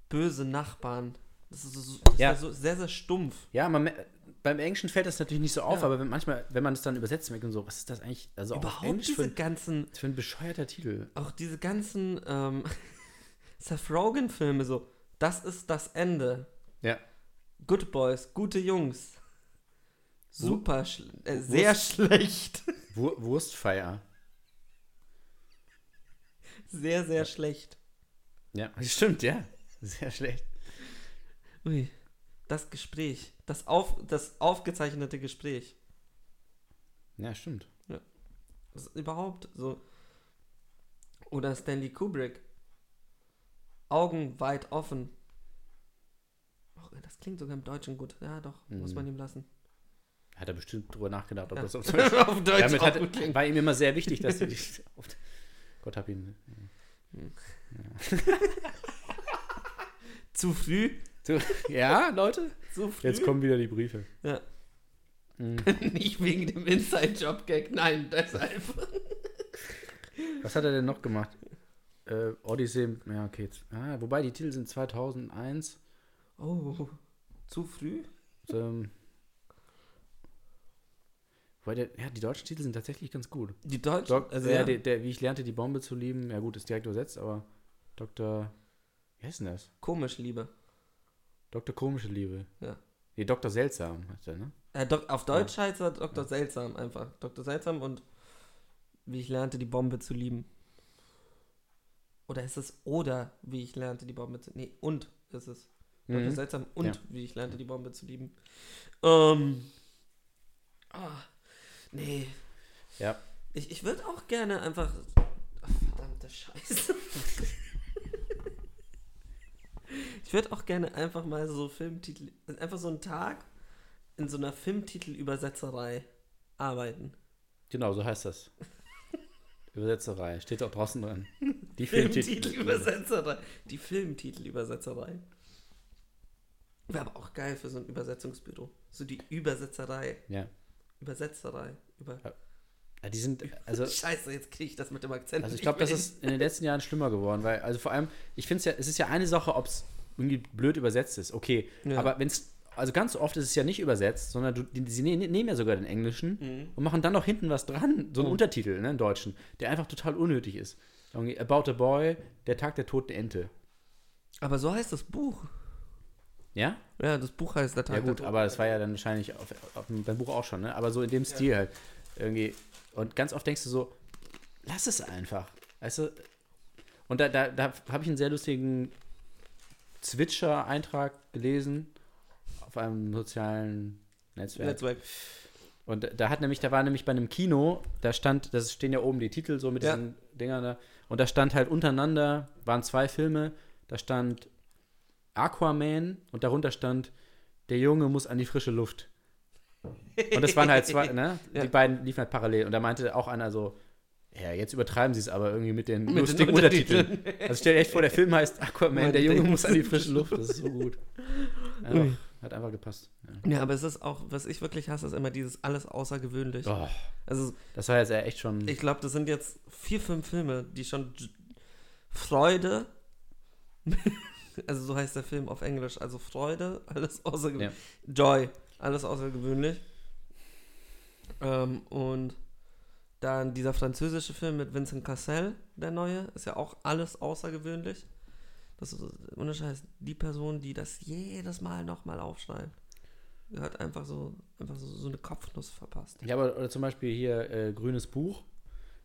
böse Nachbarn. Das ist, so- so, das
Ja.
war so sehr, sehr stumpf.
Ja, man, mer- beim Englischen fällt das natürlich nicht so auf,
Ja.
aber wenn, manchmal, wenn man es dann übersetzt, merkt man so, was ist das eigentlich? Also auch auf
Überhaupt
Englisch für,
diese
ein-
ganzen,
für ein bescheuerter Titel.
auch diese ganzen ähm, Seth Rogen-Filme, so, das ist das Ende.
Ja.
Good Boys, gute Jungs. Super, schl- äh, sehr
Wurst-
schlecht.
Wur Wurstfeier.
Sehr, sehr schlecht.
Ja, stimmt, ja. Sehr schlecht.
Ui. Das Gespräch. Das, auf, das aufgezeichnete Gespräch.
Ja, stimmt.
Das ist überhaupt so. Oder Stanley Kubrick. Augen weit offen. Och, Das klingt sogar im Deutschen gut. Ja, doch, muss
Mhm.
man ihm lassen.
Hat er bestimmt drüber nachgedacht, ob das auf Deutsch
Auf Deutsch
Damit
auch
hat,
gut klingt.
war ihm immer sehr wichtig, dass sie dich auf, Gott hab ihn. ne?
Zu früh.
So, ja, Leute?
Zu früh.
Jetzt Mhm. kommen wieder die Briefe.
Ja. Nicht wegen dem Inside-Job-Gag, nein, deshalb.
Was hat er denn noch gemacht? Äh, Odyssey, ja, okay. jetzt- Ah, wobei die Titel sind 2001.
Oh, zu früh?
Ähm, wobei der, ja, die deutschen Titel sind tatsächlich ganz gut.
Die Deutschen.
Dok
also,
ja,
ja,
Der, der, wie ich lernte, die Bombe zu lieben. Ja, gut, ist direkt übersetzt, aber Dr. Wie heißt denn das?
komisch, Liebe.
Dr. Komische Liebe.
Ja.
Nee, Dr. Seltsam heißt der, ne?
Äh, Dok auf Deutsch heißt er Dr. Seltsam einfach. Dr. Seltsam und wie ich lernte, die Bombe zu lieben. Oder ist es oder wie ich lernte, die Bombe zu Nee, und ist es. Dr.
Mhm.
Seltsam und
Ja.
wie ich lernte, die Bombe zu lieben. Ähm. Ah, nee.
Ja.
Ich, ich würde auch gerne einfach. Ach, verdammte Scheiße. ich würde auch gerne einfach mal so Filmtitel. Einfach so einen Tag in so einer Filmtitelübersetzerei arbeiten.
Genau, so heißt das. Übersetzerei. Steht auch draußen dran. Die
Filmtitelübersetzerei. Die Filmtitelübersetzerei. Wäre aber auch geil für so ein Übersetzungsbüro. So die Übersetzerei.
Ja.
Übersetzerei. Über
Ja, Die sind, also,
Scheiße, jetzt kriege ich das mit dem Akzent.
also ich
nicht
glaube, das
mehr
ist in den letzten Jahren schlimmer geworden, weil, also vor allem, ich finde es ja, es ist ja eine Sache, ob es irgendwie blöd übersetzt ist, okay.
Ja.
Aber wenn es, also ganz oft ist es ja nicht übersetzt, sondern du, die, sie ne, ne- nehmen ja sogar den Englischen und machen dann noch hinten was dran, so einen Untertitel, ne, im Deutschen, der einfach total unnötig ist. Irgendwie About a Boy, der Tag der toten Ente.
hin. Aber so heißt das Buch.
Ja?
Ja, das Buch heißt der Tag
Ja
der
gut,
Toten.
aber das war ja dann wahrscheinlich auf, auf dem, beim Buch auch schon, ne? Aber so in dem Stil halt. Irgendwie. Und ganz oft denkst du so, lass es einfach. Weißt du? Und da, da, da habe ich einen sehr lustigen Zwitscher-Eintrag gelesen auf einem sozialen Netzwerk.
Netzwerk.
Und da hat nämlich, da war nämlich bei einem Kino, da stand, das stehen ja oben die Titel so mit
Ja.
diesen Dingern da. Und da stand halt untereinander, waren zwei Filme, da stand Aquaman und darunter stand Der Junge muss an die frische Luft. Und das waren halt zwei, ne?
Ja.
Die beiden liefen halt parallel. Und da meinte auch einer so, ja, jetzt übertreiben sie es aber irgendwie mit den
den
lustigen
Untertiteln."
Untertiteln. Also stell dir echt vor, der Film heißt Aquaman,
Mann,
der Junge
der
muss an die frische Luft. Das ist so gut. Einfach, hat einfach gepasst.
Ja, aber es ist auch, was ich wirklich hasse, ist immer dieses alles außergewöhnlich.
Ja. Oh,
Also
das war jetzt echt schon.
ich glaube, das sind jetzt vier, fünf Filme, die schon J- Freude, also so heißt der Film auf Englisch, also Freude, alles außergewöhnlich. Joy, alles außergewöhnlich. Ähm, und dann dieser französische Film mit Vincent Cassel, der neue, ist ja auch alles außergewöhnlich. Das ist ohne Scheiß die Person, die das jedes Mal nochmal aufschreibt. Die Hat einfach so, einfach so, so eine Kopfnuss verpasst.
Ja, aber oder zum Beispiel hier äh, Grünes Buch.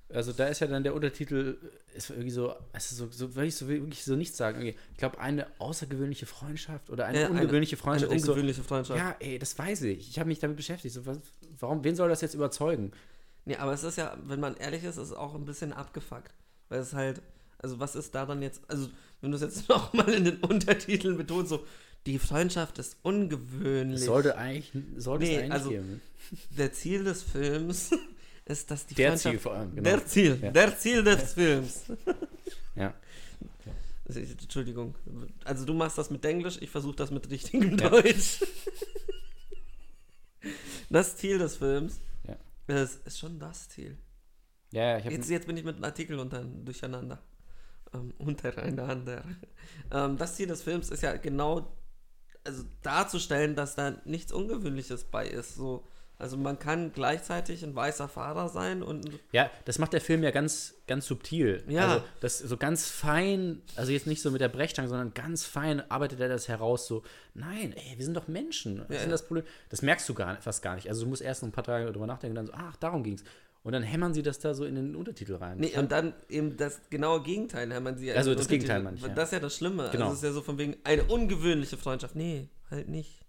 Also da ist ja dann der Untertitel, äh, ist irgendwie so, es ist so, so wirklich, so wirklich so nichts sagen. Irgendwie, Ich glaube, eine außergewöhnliche Freundschaft oder eine
Ja, Äh, eine-
ungewöhnliche Freundschaft.
Eine
Ich so,
ungewöhnliche Freundschaft.
ja, ey, das weiß ich. Ich habe mich damit beschäftigt. So, was, warum, wen soll das jetzt überzeugen?
Nee, aber es ist ja, wenn man ehrlich ist, ist es auch ein bisschen abgefuckt. Weil es halt, also was ist da dann jetzt, also wenn du es jetzt nochmal in den Untertiteln betonst, so, die Freundschaft ist ungewöhnlich.
Das sollte eigentlich, sollte
Nee,
es eigentlich
also-
geben.
Der Ziel des Films ist, dass die
Der
Freundschaft...
Ziel vor allem, genau.
Der Ziel,
Ja.
der Ziel des Films.
Ja.
Also ich- Entschuldigung. Also du machst das mit Englisch, ich versuche das mit richtigem Deutsch. Das Ziel des Films
Ja.
das ist schon das Ziel.
Ja, ja, ich habe
Jetzt, jetzt bin ich mit einem Artikel unter, durcheinander. Ähm, untereinander. Ähm, das Ziel des Films ist ja genau, also darzustellen, dass da nichts Ungewöhnliches bei ist. So, also man kann gleichzeitig ein weißer Fahrer sein und
Ja, das macht der Film ja ganz, ganz subtil.
Ja.
Also das so ganz fein, also jetzt nicht so mit der Brechstange, sondern ganz fein arbeitet er das heraus. So, nein, ey, wir sind doch Menschen. Was
Ja,
ist denn
ja.
das Problem? Das merkst du gar, fast gar nicht. Also du musst erst noch ein paar Tage drüber nachdenken und dann so, ach, darum ging's. Und dann hämmern sie das da so in den Untertitel rein.
Nee, äh, und dann eben das genaue Gegenteil, Herr man sie ja
Also
im
das
Untertitel-
Gegenteil meine ich, ja.
Das ist ja das Schlimme.
Genau.
Also es ist ja so von wegen eine ungewöhnliche Freundschaft. Nee, halt nicht.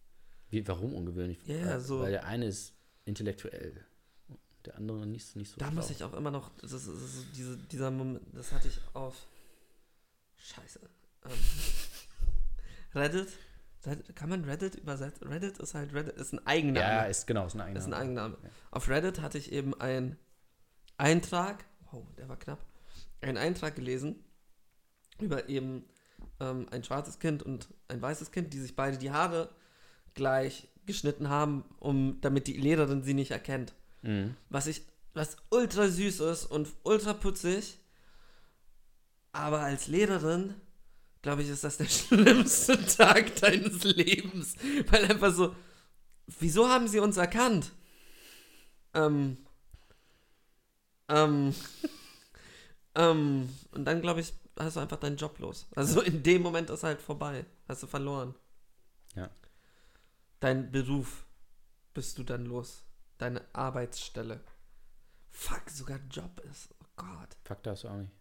Wie, warum ungewöhnlich?
Ja,
Weil-
so.
Weil der eine ist intellektuell, der andere nicht, nicht so.
Da muss
schlau.
ich auch immer noch, das ist, das ist so diese, dieser Moment, das hatte ich auf Scheiße. Ähm, Reddit, Reddit, kann man Reddit übersetzen? Reddit ist halt Reddit, ist ein Eigenname.
Ja, ist genau, ist ein
Das
eigener.
ist ein Eigenname.
Ja.
Auf Reddit hatte ich eben einen Eintrag, oh, der war knapp, einen Eintrag gelesen über eben ähm, ein schwarzes Kind und ein weißes Kind, die sich beide die Haare gleich geschnitten haben, um, damit die Lehrerin sie nicht erkennt.
Mhm.
Was ich, was ultra süß ist und ultra putzig, aber als Lehrerin glaube ich, ist das der schlimmste Tag deines Lebens. Weil einfach so, wieso haben sie uns erkannt? Ähm, ähm, ähm, und dann glaube ich, hast du einfach deinen Job los. Also in dem Moment ist halt vorbei. Hast du verloren.
Ja.
Dein Beruf bist du dann los. Deine Arbeitsstelle. Fuck, sogar Job ist. Oh Gott.
Fuck, darfst du auch nicht.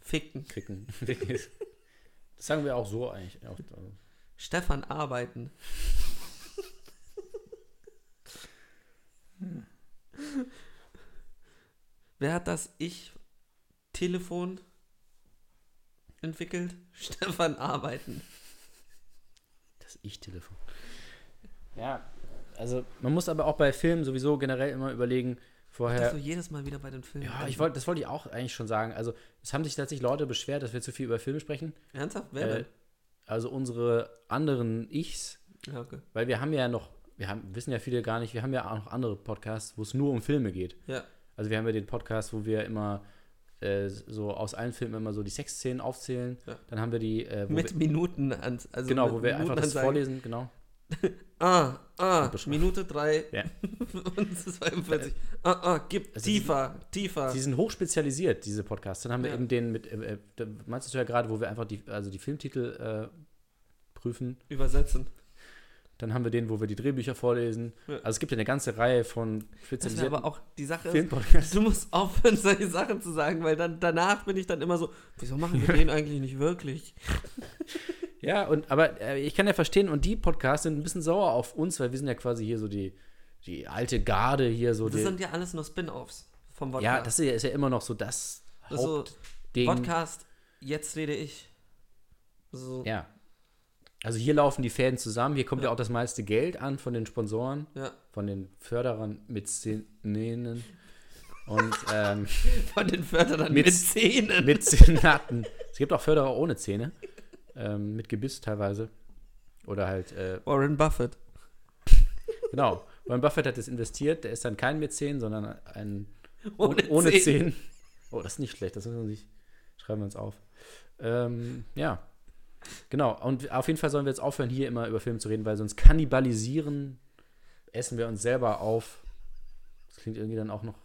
Ficken.
Ficken. das sagen wir auch so eigentlich. Auch, also.
Stefan arbeiten. Wer hat das Ich-Telefon entwickelt? Stefan arbeiten.
Das Ich-Telefon. Ja, also man muss aber auch bei Filmen sowieso generell immer überlegen,
Das
vorher.
so jedes Mal wieder bei den Filmen.
Ja, ich wollte, das wollte ich auch eigentlich schon sagen. Also es haben sich tatsächlich Leute beschwert, dass wir zu viel über Filme sprechen.
Ernsthaft? Wer
Äh, also unsere anderen Ichs,
denn? Ja, okay.
weil wir haben ja noch, wir haben, wissen ja viele gar nicht, wir haben ja auch noch andere Podcasts, wo es nur um Filme geht.
Ja.
Also wir haben ja den Podcast, wo wir immer äh, so aus allen Filmen immer so die Sexszenen aufzählen.
Ja.
Dann haben wir die, äh, wo
Mit
wir,
Minuten an. Also
genau,
mit
wo wir einfach das
Minutenansagen.
vorlesen, genau.
Ah, ah,
Beschreibung.
Minute 3
Ja. Äh,
und 42. Ah, ah, gib
Also die-
tiefer, tiefer.
Sie sind hochspezialisiert, diese Podcasts. Dann haben wir
Ja.
eben den mit, äh, äh, da meinst du ja gerade, wo wir einfach die, also die Filmtitel äh, prüfen.
Übersetzen.
Also Dann haben wir den, wo wir die Drehbücher vorlesen.
Ja.
Also es gibt ja eine ganze Reihe von
Das wäre
spezialisierten
aber auch die Sache. Ist,
Filmpodcasts.
Du musst aufhören, solche Sachen zu sagen, weil dann danach bin ich dann immer so, wieso machen wir den eigentlich nicht wirklich?
Ja, und aber äh, ich kann ja verstehen, und die Podcasts sind ein bisschen sauer auf uns, weil wir sind ja quasi hier so die, die alte Garde hier so.
Das
Die,
sind ja alles nur Spin-Offs vom Podcast.
ja, das ist ja, ist ja immer noch so das
ist so
Hauptding.
Podcast, jetzt rede ich. So, ja.
Ja. Also hier laufen die Fäden zusammen, hier kommt ja auch das meiste Geld an von den Sponsoren. von den Förderern mit Szenen und ähm,
Von den Förderern mit,
Mit-
Szenen.
mit Senaten. Es gibt auch Förderer ohne Zähne, ähm, mit Gebiss teilweise. Oder halt, äh,
Warren Buffett.
genau. Warren Buffett hat es investiert, der ist dann kein Mäzen, sondern ein
Ohne
ohne, ohne
Zähne.
Zähne. Oh, das ist nicht schlecht, das müssen wir sich, schreiben wir uns auf. Ähm, ja, genau. Und auf jeden Fall sollen wir jetzt aufhören, hier immer über Filme zu reden, weil sonst kannibalisieren essen wir uns selber auf. Das klingt irgendwie dann auch noch.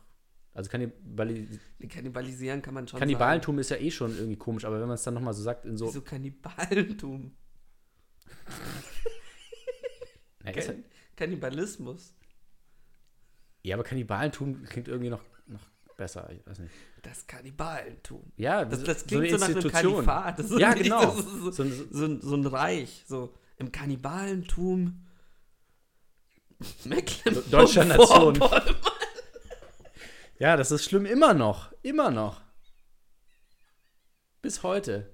Also Kannibali
Kannibalisieren kann man schon sagen.
Kannibalentum ist ja eh schon irgendwie komisch, aber wenn man es dann nochmal so sagt, in so.
Wieso Kannibalentum?
Na, ist halt,
Kannibalismus.
ja, aber Kannibalentum klingt irgendwie noch, noch besser. Ich weiß nicht.
Das Kannibalentum.
Ja,
Das,
Also so-
das klingt so, nach einem Kalifat. Das ist
ja,
nicht-
genau.
Das ist so,
So ein- so-
so, ein- so ein Reich. So im Kannibalentum. Mecklenburg-
Also deutscher Nation. Ja, das ist schlimm immer noch. Immer noch. Bis heute.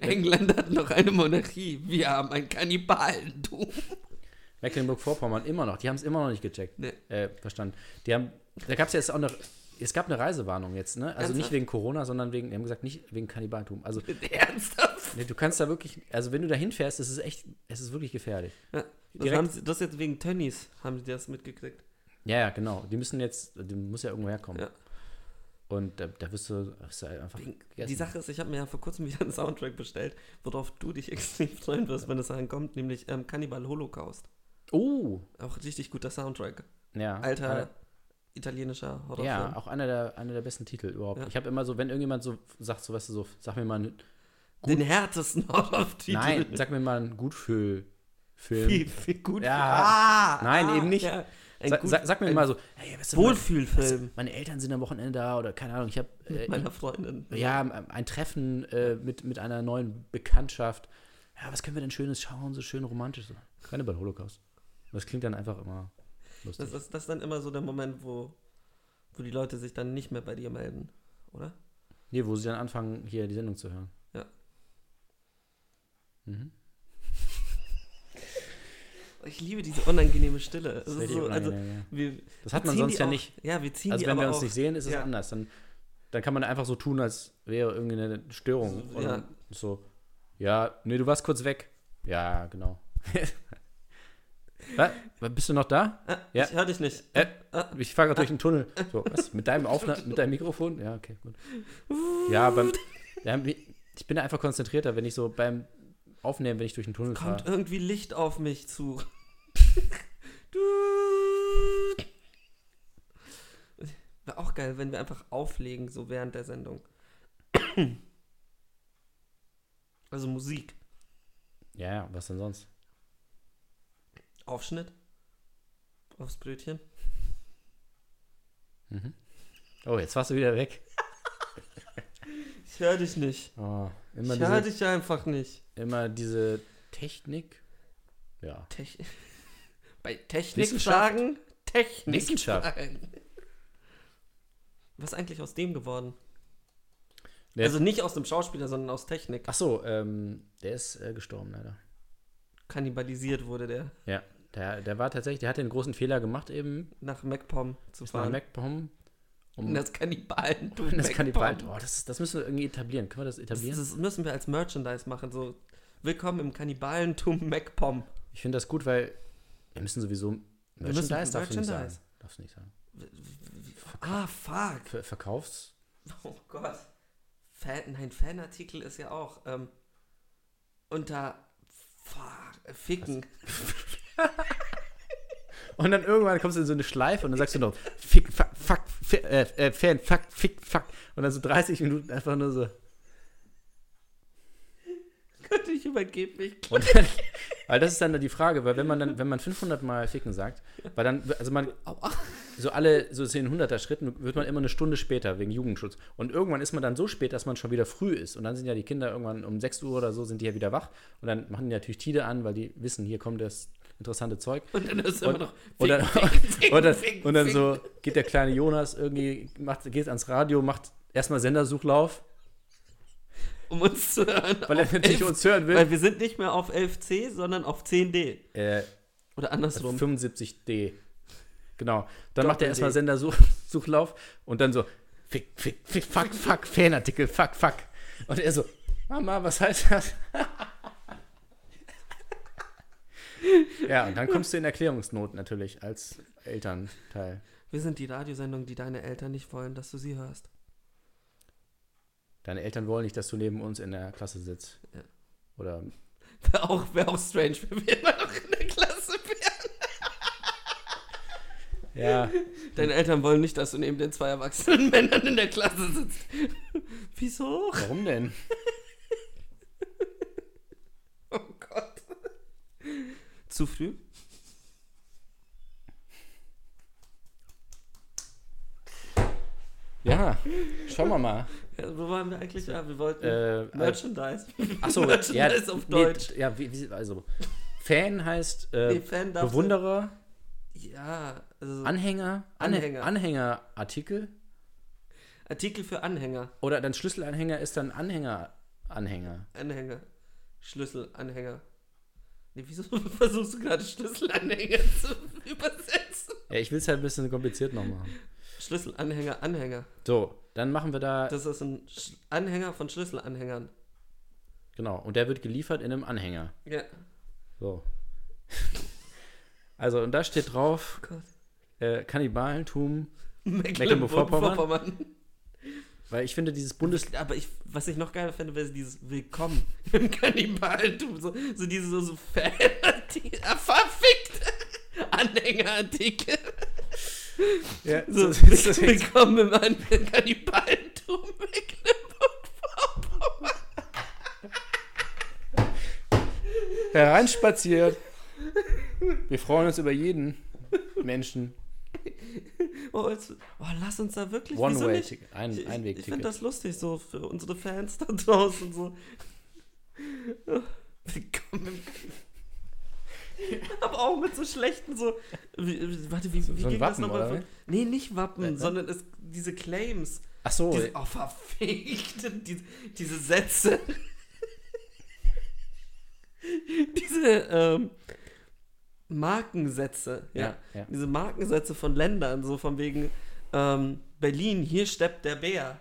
England hat noch eine Monarchie. Wir haben ein Kannibalentum.
Mecklenburg-Vorpommern immer noch. Die haben es immer noch nicht gecheckt.
Nee.
Äh, verstanden. Die haben, da gab es ja jetzt auch noch, es gab eine Reisewarnung jetzt, ne? Also nicht
Ernsthaft?
wegen Corona, sondern wegen, die haben gesagt, nicht wegen Kannibaltum. Also
Ernsthaft?
nee, du kannst da wirklich, also wenn du da hinfährst, ist es echt, es ist wirklich gefährlich.
Ja, das,
Direkt-
haben sie, das jetzt wegen Tönnies, haben sie das mitgekriegt.
Ja, ja, genau. Die müssen jetzt, die muss ja irgendwo herkommen.
Ja.
Und da, da wirst du, wirst du einfach
Die Sache ist, ich habe mir ja vor kurzem wieder einen Soundtrack bestellt, worauf du dich extrem freuen wirst, wenn es ankommt, nämlich ähm, Cannibal Holocaust.
Oh,
Auch richtig guter Soundtrack.
ja.
Alter
Alle-
italienischer Horrorfilm.
Ja, auch einer der, einer der besten Titel überhaupt.
Ja.
Ich habe immer so, wenn irgendjemand so sagt, so, weißt du, so, sag mir mal, einen-
Den härtesten Horrortitel.
nein, sag mir mal einen Gutfühl-Film.
Wie, wie gut.
Ja. Nein, eben nicht.
ja. Ein
Sag,
gut-
sag, sag mir
ein
mal so, hey, weißt du,
Wohlfühlfilm
meine, meine Eltern sind am Wochenende da oder keine Ahnung, ich habe äh,
meiner Freundin.
ja, ein Treffen äh, mit, mit einer neuen Bekanntschaft. Ja, was können wir denn Schönes schauen, so schön romantisch? So. Keine bei Holocaust. Das klingt dann einfach immer lustig.
Das ist, das ist dann immer so der Moment, wo, wo die Leute sich dann nicht mehr bei dir melden, oder?
Nee, wo sie dann anfangen, hier die Sendung zu hören.
Ja.
Mhm.
Ich liebe diese unangenehme Stille. Das,
Das,
ist so, also,
ja.
wir,
das hat
wir
man
ziehen
sonst
die
ja
auch,
nicht.
Ja, wir ziehen
Also
die
wenn
aber
wir uns
auch.
nicht sehen, ist es
Ja.
anders. Dann, dann kann man einfach so tun, als wäre irgendwie eine Störung.
So,
Oder
ja.
so, ja, nee, du warst kurz weg. Ja, genau. Was? Bist du noch da?
Ah,
Ja.
Ich höre dich nicht.
Äh, ich fahre gerade durch den Tunnel. So, was? Mit deinem Aufna mit deinem Mikrofon? Ja, okay, gut. Ja, beim, ja, ich bin da einfach konzentrierter, wenn ich so beim Aufnehmen, wenn ich durch den Tunnel
Kommt
fahre.
irgendwie Licht auf mich zu. du. Wäre auch geil, wenn wir einfach auflegen, so während der Sendung. Also Musik.
Ja, ja, was denn sonst?
Aufschnitt. Aufs Brötchen.
Oh, jetzt warst du wieder weg.
Ich höre dich nicht.
Oh, immer,
Ich höre
diese,
dich einfach nicht.
immer diese Technik. Ja.
Tech Bei Technik
Wissenschaft.
sagen, Technik
Wissenschaft.
sagen. Was ist eigentlich aus dem geworden?
Der-
Also nicht aus dem Schauspieler, sondern aus Technik.
Ach so, ähm, der ist äh, gestorben leider.
Kannibalisiert wurde der
Ja, der, der war tatsächlich, der hat den großen Fehler gemacht eben,
nach MacPom zu
ist nach
fahren.
MacPom. Um
In das Kannibalen.
in das Kannibal. Oh, das, das müssen wir irgendwie etablieren. Können wir das
Das,
etablieren?
das müssen wir als Merchandise machen. So, willkommen im Kannibalentum MacPom.
ich finde das gut, weil wir müssen sowieso
Wir müssen
Merchandise darfst du nicht sagen.
Merchandise.
Darfst du nicht sagen.
Ah, fuck.
Ver Verkaufs?
Oh Gott. Fan, nein, Fanartikel ist ja auch ähm, unter fuck, Ficken.
Und dann irgendwann kommst du in so eine Schleife und dann sagst du noch Fick, fuck, fuck, fi äh, äh, Fan, fuck, fick, fuck. Und dann so 30 Minuten einfach nur so.
Gott, ich übergebe mich.
Und dann, weil das ist dann die Frage, weil wenn man dann, wenn man 500 Mal ficken sagt, weil dann, also man, so alle so 1000er Schritten wird man immer eine Stunde später wegen Jugendschutz. Und irgendwann ist man dann so spät, dass man schon wieder früh ist. Und dann sind ja die Kinder irgendwann um 6 Uhr oder so sind die ja wieder wach. Und dann machen die natürlich Tide an, weil die wissen, hier kommt das interessante Zeug.
Und dann ist immer
Und,
noch
und, dann,
ficken,
und dann,
ficken,
und dann so geht der kleine Jonas irgendwie, macht, geht ans Radio, macht erstmal Sendersuchlauf,
um uns zu hören.
weil er
auf
natürlich
11
uns hören will.
weil wir sind nicht mehr auf 11c, sondern auf 10d.
Äh,
Oder andersrum.
75D. Genau. Dann macht
Doppel-D.
er erstmal Sendersuch- Suchlauf und dann so, fick, fick, fick, fuck, fuck, Fanartikel, fuck, fuck. Und er so, Mama, was heißt das? ja, und dann kommst du in Erklärungsnot natürlich als Elternteil.
Wir sind die Radiosendung, die deine Eltern nicht wollen, dass du sie hörst.
Deine Eltern wollen nicht, dass du neben uns in der Klasse sitzt.
Ja.
Oder
Wäre auch, wär auch strange, wenn wir immer noch in der Klasse wären.
Ja.
Deine Eltern wollen nicht, dass du neben den zwei erwachsenen Männern in der Klasse sitzt. Wieso?
Warum denn?
Oh Gott. Zu früh?
Ja, schauen wir mal.
Ja, wo waren wir eigentlich? Ja, wir wollten
Äh,
Merchandise.
Achso, ja,
Merchandise auf
nee,
Deutsch.
ja, wie, wie, also Fan heißt äh,
Nee, Fan darfst du-
Bewunderer,
Ja, also
Anhänger,
Anhänger.
Anhänger, Anhängerartikel
Artikel für Anhänger.
oder dann Schlüsselanhänger ist dann Anhänger, Anhänger.
Anhänger. Schlüssel, Anhänger. Nee, wieso versuchst du gerade Schlüsselanhänger zu übersetzen?
Ja, ich will es halt ein bisschen kompliziert noch machen.
Schlüsselanhänger, Anhänger.
So, dann machen wir da,
Das ist ein Sch Anhänger von Schlüsselanhängern.
genau, und der wird geliefert in einem Anhänger.
Ja.
So. Also, und da steht drauf,
Gott.
äh, Kannibalentum,
Mecklenburg-Vorpommern.
weil ich finde dieses Bundes...
Aber ich, was ich noch geiler fände, wäre dieses Willkommen im Kannibalentum. So, so diese so, so Fan- die- ah, verfickte Anhängerartikel.
Ja,
So,
das ist das jetzt-
Willkommen im An- Kannibalentum Mecklenburg-Vorpommern.
hereinspaziert. Wir freuen uns über jeden Menschen.
Oh, jetzt, oh, lass uns da wirklich. wieso nicht?
One-Way-Ticket,
Ich,
ein,
ich, ich
Einweg-Ticket.
finde das lustig, so für unsere Fans da draußen. So. Willkommen im Aber auch mit so schlechten, so. Wie, wie- warte, wie, wie
so ein
ging das
Wappen,
nochmal?
oder
von-
wie?
Nee, nicht Wappen,
Äh, äh?
sondern es, diese Claims.
Ach so,
Diese, oh, verfickt. Die, diese Sätze. diese ähm, Markensätze. Ja.
Ja, ja.
Diese Markensätze von Ländern, so von wegen ähm, Berlin, hier steppt der Bär.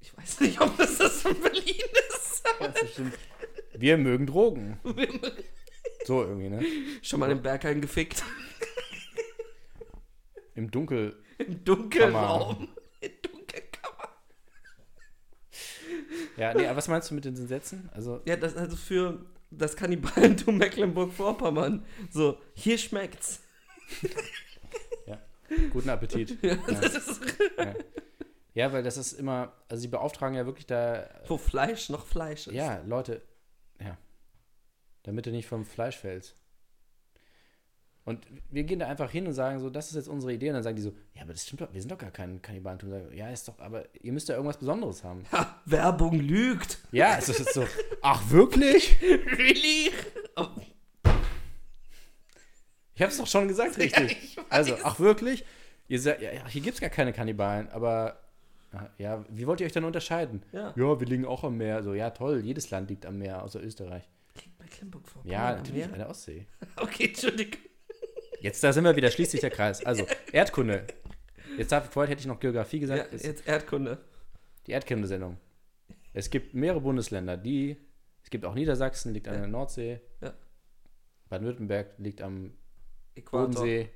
Ich weiß nicht, ob das das von Berlin ist.
ganz bestimmt. Wir mögen Drogen. So irgendwie, ne?
Schon mal den Berg eingefickt.
Im Dunkel.
Im Dunkelraum. In Dunkelkammer.
Ja, nee, aber was meinst du mit den Sätzen? Also,
Ja, das also für das Kannibalentum Mecklenburg-Vorpommern. So, hier schmeckt's.
ja. Guten Appetit.
Ja,
Ja.
Das ist,
Ja. ja, weil das ist immer, also sie beauftragen ja wirklich da,
wo Fleisch noch Fleisch ist.
ja, Leute, ja. Damit du nicht vom Fleisch fällst. Und wir gehen da einfach hin und sagen so, das ist jetzt unsere Idee. Und dann sagen die so, ja, aber das stimmt doch, wir sind doch gar kein Kannibalentum. Sagen wir, Ja, ist doch, aber ihr müsst ja irgendwas Besonderes haben.
Ha, Werbung lügt.
Ja, es ist so, ach wirklich?
Really? Oh,
Ich hab's doch schon gesagt, richtig. also, ach wirklich? Ihr sagt, ja, ja, hier gibt's gar keine Kannibalen, aber ah, ja, wie wollt ihr euch dann unterscheiden?
Ja.
ja, wir liegen auch am Meer. So, ja, toll, jedes Land liegt am Meer, außer Österreich.
Mecklenburg-Vorpommern.
Ja,
am
natürlich,
Meer?
an der Ostsee.
Okay, Entschuldigung.
Jetzt, da sind wir wieder, schließt sich der Kreis. Also, Erdkunde. Jetzt darf, vorher hätte ich noch Geografie
Ja,
gesagt, ist
jetzt Erdkunde.
die Erdkunde-Sendung. Es gibt mehrere Bundesländer, die, es gibt auch Niedersachsen, liegt an der Nordsee.
Ja.
Baden-Württemberg liegt am
Äquator.
Bodensee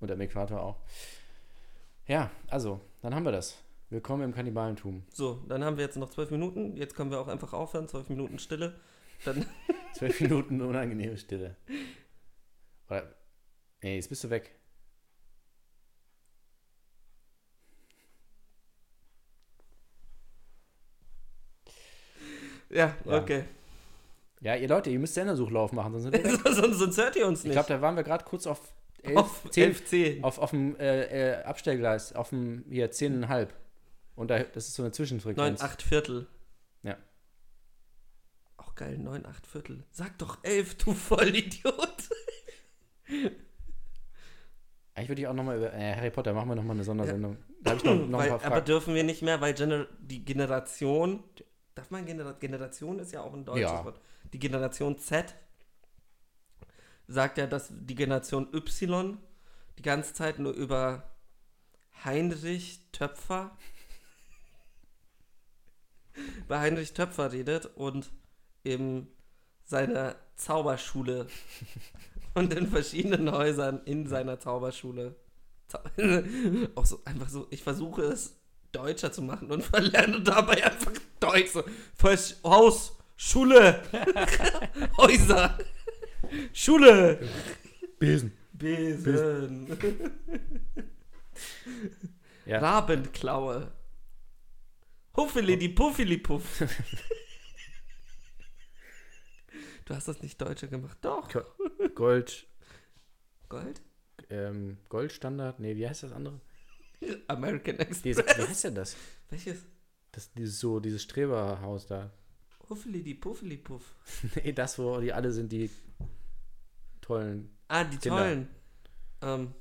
und am Äquator auch. Ja, also, dann haben wir das. Willkommen im Kannibalentum.
So, dann haben wir jetzt noch zwölf Minuten. Jetzt können wir auch einfach aufhören. Zwölf Minuten Stille. Dann,
Zwölf Minuten unangenehme Stille. Oder, nee, jetzt bist du weg.
ja,
Ja.
okay.
Ja, ihr Leute, ihr müsst Sendersuchlauf machen, sonst sind wir weg.
sonst, sonst hört ihr uns
Ich
nicht.
glaube, da waren wir gerade kurz auf 11,
auf
10,
11.10.
auf, auf dem äh, äh, Abstellgleis, auf dem, hier, 10,5. Und da, das ist so eine
9,
Zwischenfrequenz.
8 Viertel.
Ja.
Auch geil, 9, 8 Viertel. Sag doch 11, du Vollidiot.
Eigentlich würde ich auch nochmal über äh, Harry Potter, machen wir nochmal eine Sondersendung. Da habe ich noch, noch ein
Weil,
paar
aber
Fragen.
dürfen wir nicht mehr, weil Gener die Generation. Darf man Genera Generation ist ja auch ein deutsches
Ja.
Wort. Die Generation Z sagt ja, dass die Generation Y die ganze Zeit nur über Heinrich Töpfer bei Heinrich Töpfer redet und eben seiner Zauberschule und in verschiedenen Häusern in seiner Zauberschule. Zau auch so einfach so, ich versuche es deutscher zu machen und verlerne dabei einfach Deutsch. So, Versch Haus, Schule, Häuser, Schule,
Besen.
Besen.
Ja.
Rabenklaue. Huffeli, die Puffeli, Puff. du hast das nicht Deutsche gemacht. Doch.
Gold,
Gold?
ähm, Goldstandard, nee, wie heißt das andere?
American
Dieses,
Express.
wie heißt denn das?
Welches?
das dieses, so, dieses Streberhaus da.
Huffeli, die Puffeli, Puff.
Nee, das, wo die alle sind, die tollen.
Ah, die
Kinder.
tollen. Ähm,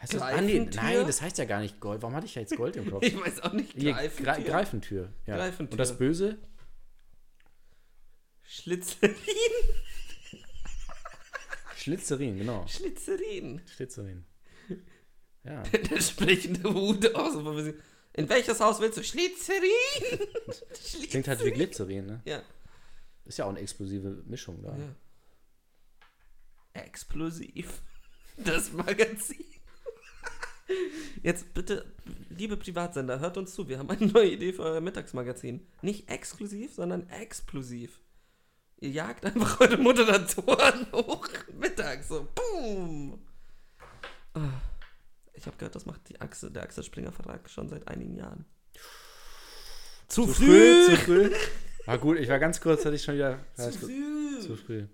Heißt das, ah, nee,
Greifentür?
nein, das heißt ja gar nicht Gold. Warum hatte ich ja jetzt Gold im Kopf?
ich weiß auch nicht.
Hier,
Greifentür.
Gre- Greifentür, ja.
Greifentür.
Und das Böse?
Schlitzelin.
Schlitzerin, genau.
Schlitzelin.
Schlitzerin. Ja.
Der sprechende Hut aus. wo wir sie- In welches Haus willst du? Schlitzelin.
Klingt halt wie Glitzerin, ne?
Ja.
Ist ja auch eine explosive Mischung da.
ja. Explosiv. Das Magazin. Jetzt bitte, liebe Privatsender, hört uns zu. Wir haben eine neue Idee für euer Mittagsmagazin. Nicht exklusiv, sondern explosiv. Ihr jagt einfach eure Moderatoren hoch mittags. So, boom. Ah. Ich habe gehört, das macht die Axel, der Axel Springer Vertrag schon seit einigen Jahren. Zu,
zu früh. Ah gut, ich war ganz kurz, hatte ich schon wieder. Ja,
Zu früh.
zu früh.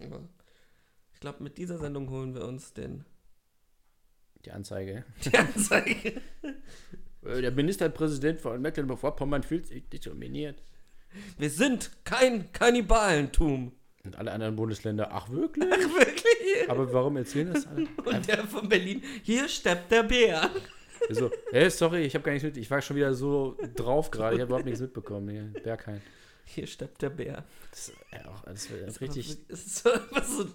Ja. Ich glaube, mit dieser Sendung holen wir uns den
Die Anzeige.
die Anzeige.
Äh, Der Ministerpräsident von Mecklenburg-Vorpommern fühlt sich diskriminiert.
Wir sind kein Kannibalentum.
Und alle anderen Bundesländer, ach wirklich?
Wirklich?
Aber warum erzählen das alle?
Und der von Berlin, hier steppt der Bär.
So, hey, Also, sorry, ich habe gar nichts mit. Ich war schon wieder so drauf gerade. Ich habe überhaupt nichts mitbekommen. Nee, Bergheim.
Hier steppt der Bär. Also,
Das ist ja auch das ist richtig.
Es, ist so einfach so,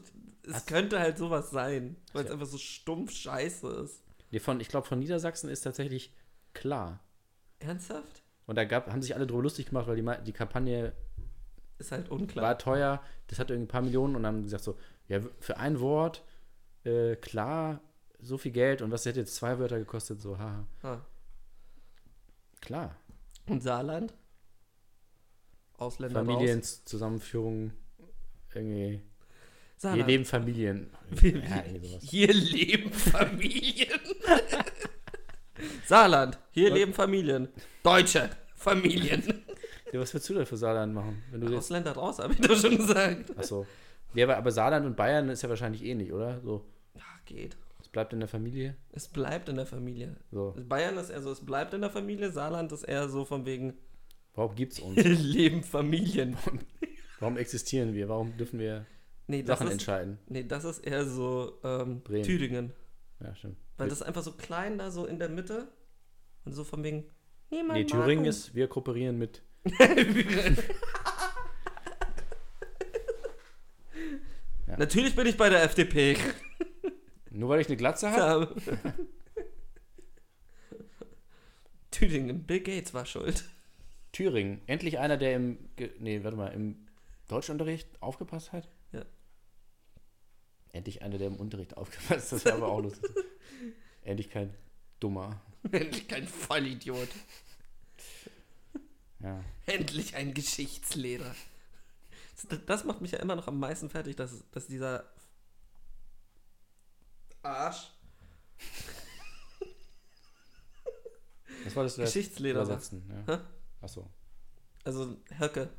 es könnte halt sowas sein, weil es einfach so stumpf scheiße ist.
Nee, von, ich glaube, von Niedersachsen ist tatsächlich klar.
Ernsthaft?
Und da gab, haben sich alle drüber lustig gemacht, weil die, mei- die Kampagne
Ist halt unklar.
war teuer, das hat irgendwie ein paar Millionen und haben gesagt so, ja, für ein Wort, äh, klar, so viel Geld und was hätte jetzt zwei Wörter gekostet, so, haha.
Ah.
Klar,
Und Saarland? Ausländer raus.
Familienzusammenführung, irgendwie, hier
Saarland.
leben Familien.
Wir-
Ja, irgendwie sowas.
Hier leben Familien. Saarland, hier leben Familien. Deutsche Familien.
Ja, was würdest du denn für Saarland machen? Wenn du jetzt,
Ausländer raus, habe ich doch schon gesagt.
achso. Ja, aber, aber Saarland und Bayern ist ja wahrscheinlich ähnlich, oder? So,
Ach, geht.
es bleibt in der Familie.
Es bleibt in der Familie.
So,
Bayern ist eher so, es bleibt in der Familie. Saarland ist eher so von wegen,
warum gibt's uns?
hier leben Familien.
Warum existieren wir? Warum dürfen wir
Nee, das,
Sachen
ist,
entscheiden?
nee, das ist eher so ähm,
Bremen.
Tübingen.
Ja, stimmt.
Weil das ist einfach so klein da, so in der Mitte. Und so von wegen, niemand
Nee, Thüringen
mag uns.
ist, wir kooperieren mit Ja.
Natürlich bin ich bei der FDP.
Nur weil ich eine Glatze habe?
habe. Tüdingen, Bill Gates war schuld.
Thüringen. Endlich einer, der im. Ge- Nee, warte mal, im Deutschunterricht aufgepasst hat?
Ja.
Endlich einer, der im Unterricht aufgepasst hat. Das wäre aber auch lustig. Endlich kein Dummer.
Endlich kein Vollidiot.
Ja.
Endlich ein Geschichtslehrer. Das- Das macht mich ja immer noch am meisten fertig, dass, dass dieser Arsch
Das war das
Geschichtslehrer war.
Übersetzen.
Hä?
Ja. Achso.
Also Höcke.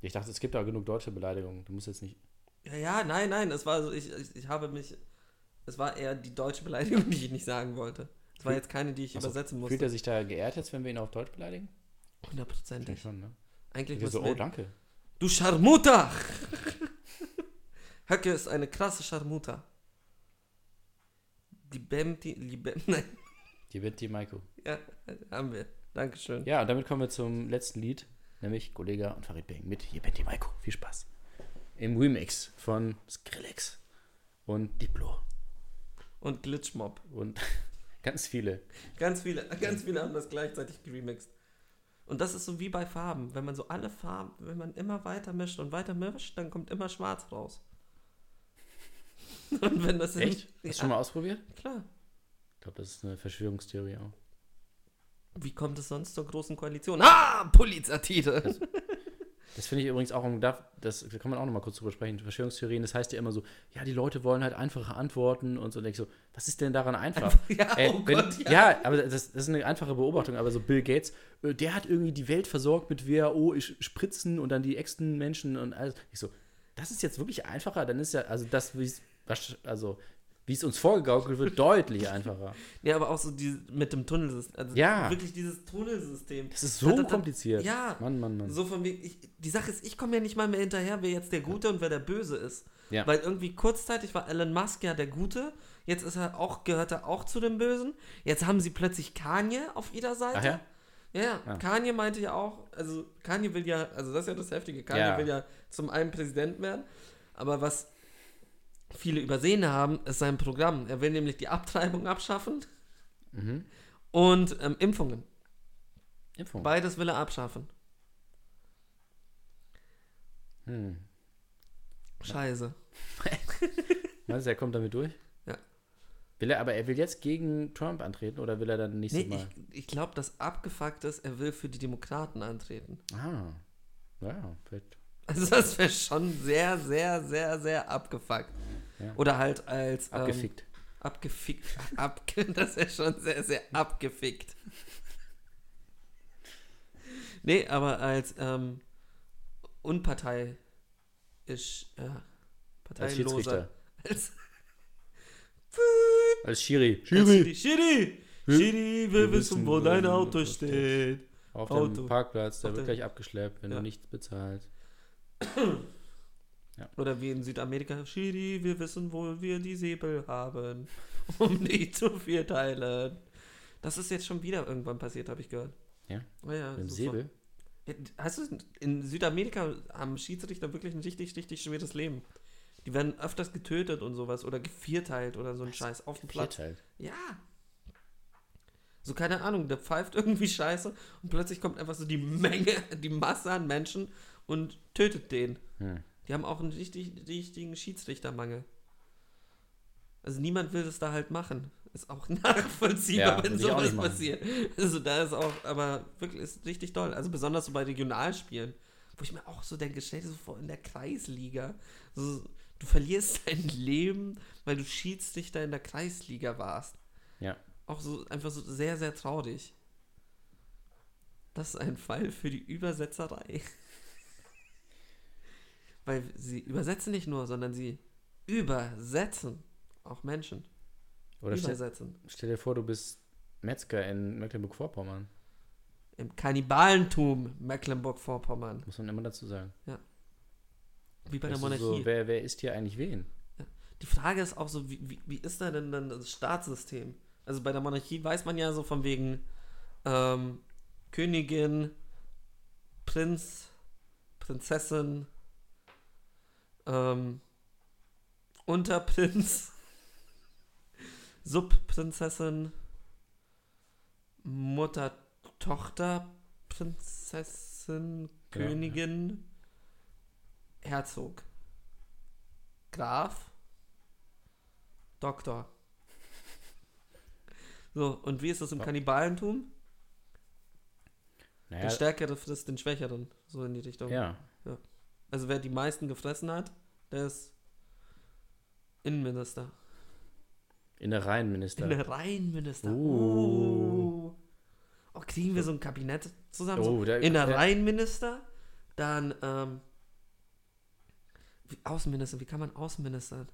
Ich dachte, es gibt da genug deutsche Beleidigungen. Du musst jetzt nicht.
Ja, ja, nein, nein, es war so, ich, ich, ich habe mich, es war eher die deutsche Beleidigung, die ich nicht sagen wollte. Es war
Fühl-
jetzt keine, die ich
Achso,
übersetzen
Fühlt er
musste.
sich da geehrt jetzt, wenn wir ihn auf Deutsch beleidigen? Wahrscheinlich
Hundertprozentig.
schon, ne?
Eigentlich
Ich so,
müssen wir
oh, danke.
Du Scharmutter! Höcke ist eine krasse Scharmutter. Die Bem, die, die Bem, nein,
Die wird die Maiko.
ja, haben wir. Dankeschön.
Ja, und damit kommen wir zum letzten Lied, nämlich Kollega und Farid Bang mit Hier bin die Maiko. Viel Spaß. Im Remix von Skrillex und Diplo
Und Glitchmob.
und ganz viele.
Ganz viele, ganz viele haben das gleichzeitig geremixed. Und das ist so wie bei Farben. Wenn man so alle Farben, wenn man immer weiter mischt und weiter mischt, dann kommt immer schwarz raus. Und wenn das in-
Echt? Hast
Ja,
du schon mal ausprobiert?
klar.
Ich glaube, das ist eine Verschwörungstheorie auch.
Ah, Wie kommt es sonst zur großen Koalition? Ah, Polizatide!
Das finde ich übrigens auch, und da, das da kann man auch noch mal kurz drüber sprechen, Verschwörungstheorien, das heißt ja immer so, ja, die Leute wollen halt einfache Antworten und so. Und denk ich so, was ist denn daran einfach?
Ja,
Ey,
oh
Äh, wenn,
Gott, ja.
ja. aber das, das ist eine einfache Beobachtung, aber so Bill Gates, äh, der hat irgendwie die Welt versorgt mit WHO-Spritzen und dann die echten Menschen und alles. Ich so, das ist jetzt wirklich einfacher, dann ist ja, also das, wie es wasch- also, wie es uns vorgegaukelt wird, deutlich einfacher.
Ja, aber auch so die, mit dem Tunnelsystem. Also
Ja.
Wirklich dieses Tunnelsystem.
Das ist so kompliziert.
Ja.
Mann, Mann, Mann.
So von wegen, ich, die Sache ist, ich komme ja nicht mal mehr hinterher, wer jetzt der Gute und wer der Böse ist.
Ja.
Weil irgendwie kurzzeitig war Elon Musk ja der Gute, jetzt ist er auch, gehört er auch zu den Bösen. Jetzt haben sie plötzlich Kanye auf jeder Seite.
Ach ja?
Ja, ja.
Ah.
Kanye meinte ja auch, also Kanye will ja, also das ist ja das Heftige, Kanye
Ja.
will ja zum einen Präsident werden, aber was viele übersehen haben, ist sein Programm. Er will nämlich die Abtreibung abschaffen
Mhm.
und ähm, Impfungen.
Impfung.
Beides will er abschaffen.
Hm.
Scheiße.
Meinst du, er kommt damit durch?
Ja.
Will er, aber er will jetzt gegen Trump antreten oder will er dann nächstes
Nee,
Mal?
ich, ich glaube, das abgefuckt ist, er will für die Demokraten antreten.
Ah. Ja, vielleicht.
Also das wäre schon sehr, sehr, sehr, sehr abgefuckt.
Ja.
Oder halt als ähm,
Abgefickt.
Abgefickt. Abge das ist schon sehr, sehr abgefickt. Nee, aber als ähm, unparteiisch, äh,
als
parteiloser.
Schiedsrichter.
Als
Als Schiri.
Schiri, Schiri,
Wir-
Schiri, wir wissen,
wir wissen,
wo
wo
dein
dein
Auto
Auto
steht.
Auf
Auto.
dem Parkplatz, der
Auf
wird
dem-
gleich abgeschleppt, wenn
Ja.
du nichts bezahlst.
Oder wie in Südamerika, Schiri, wir wissen, wo wir die Säbel haben, um die zu verteilen. Das ist jetzt schon wieder irgendwann passiert, habe ich gehört.
Ja?
Oh ja,
Mit dem
so
Säbel?
vor- Hast du, in Südamerika haben Schiedsrichter wirklich ein richtig, richtig schweres Leben. Die werden öfters getötet und sowas oder gevierteilt oder so ein Scheiß auf dem Platz.
Vierteilt.
Ja. So, keine Ahnung, der pfeift irgendwie Scheiße und plötzlich kommt einfach so die Menge, die Masse an Menschen und tötet den.
Hm.
Die haben auch einen richtig, richtigen Schiedsrichtermangel. Also niemand will das da halt machen. Ist auch nachvollziehbar,
Ja,
wenn
will ich auch
sowas
nicht machen.
passiert. Also da ist auch, aber wirklich ist richtig toll. Also besonders so bei Regionalspielen, wo ich mir auch so denke, stell dir so vor, in der Kreisliga. So, du verlierst dein Leben, weil du Schiedsrichter in der Kreisliga warst.
Ja.
Auch so einfach so sehr, sehr traurig. Das ist ein Fall für die Übersetzerei. Weil sie übersetzen nicht nur, sondern sie übersetzen auch Menschen.
Oder stell,
übersetzen.
stell dir vor, du bist Metzger in Mecklenburg-Vorpommern.
Im Kannibalentum Mecklenburg-Vorpommern.
Muss man immer dazu sagen.
Wie bei der
Weißt du,
Monarchie.
So, wer, wer ist hier eigentlich wen?
Die Frage ist auch so, wie, wie, wie ist da denn dann das Staatssystem? Also bei der Monarchie weiß man ja so von wegen ähm, Königin, Prinz, Prinzessin, ähm, Unterprinz, Subprinzessin, Mutter, Tochter, Prinzessin,
Ja, ja.
Königin, Herzog, Graf, Doktor. So, und wie ist das im
Ja.
Kannibalentum? Der
Naja,
Stärkere frisst den Schwächeren, so in die Richtung.
ja.
Also wer die meisten gefressen hat, der ist Innenminister.
Innenrheinminister.
Innenrheinminister. Oh.
Oh.
oh, kriegen wir so ein Kabinett zusammen? so
Oh, da-
Innenrheinminister, dann ähm, wie, Außenminister, wie kann man Außenminister?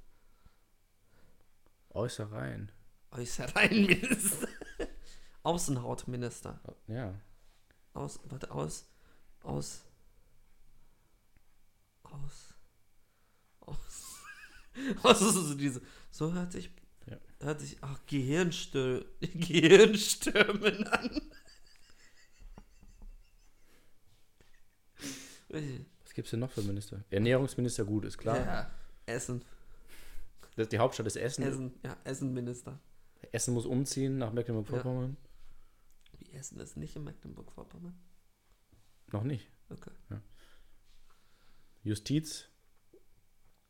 Äußerrhein.
Oh, Äußerrheinminister. Außenhautminister.
Ja.
Aus, warte, aus, aus, aus, aus, aus, so diese, so hört sich,
Ja.
hört sich, ach, Gehirnstö Gehirnstürmen an.
Was gibt's denn noch für Minister? Ernährungsminister, gut, ist klar.
Ja, Essen,
Das, die Hauptstadt ist Essen. Essen.
Essen, ja, Essenminister.
muss umziehen nach Mecklenburg-Vorpommern.
Wie Essen ist nicht in Mecklenburg-Vorpommern?
Noch nicht.
Okay.
Justiz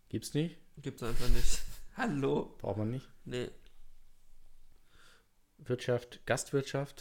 gibt's nicht.
Gibt's einfach nicht. Hallo?
Braucht man nicht.
Nee.
Wirtschaft, Gastwirtschaft.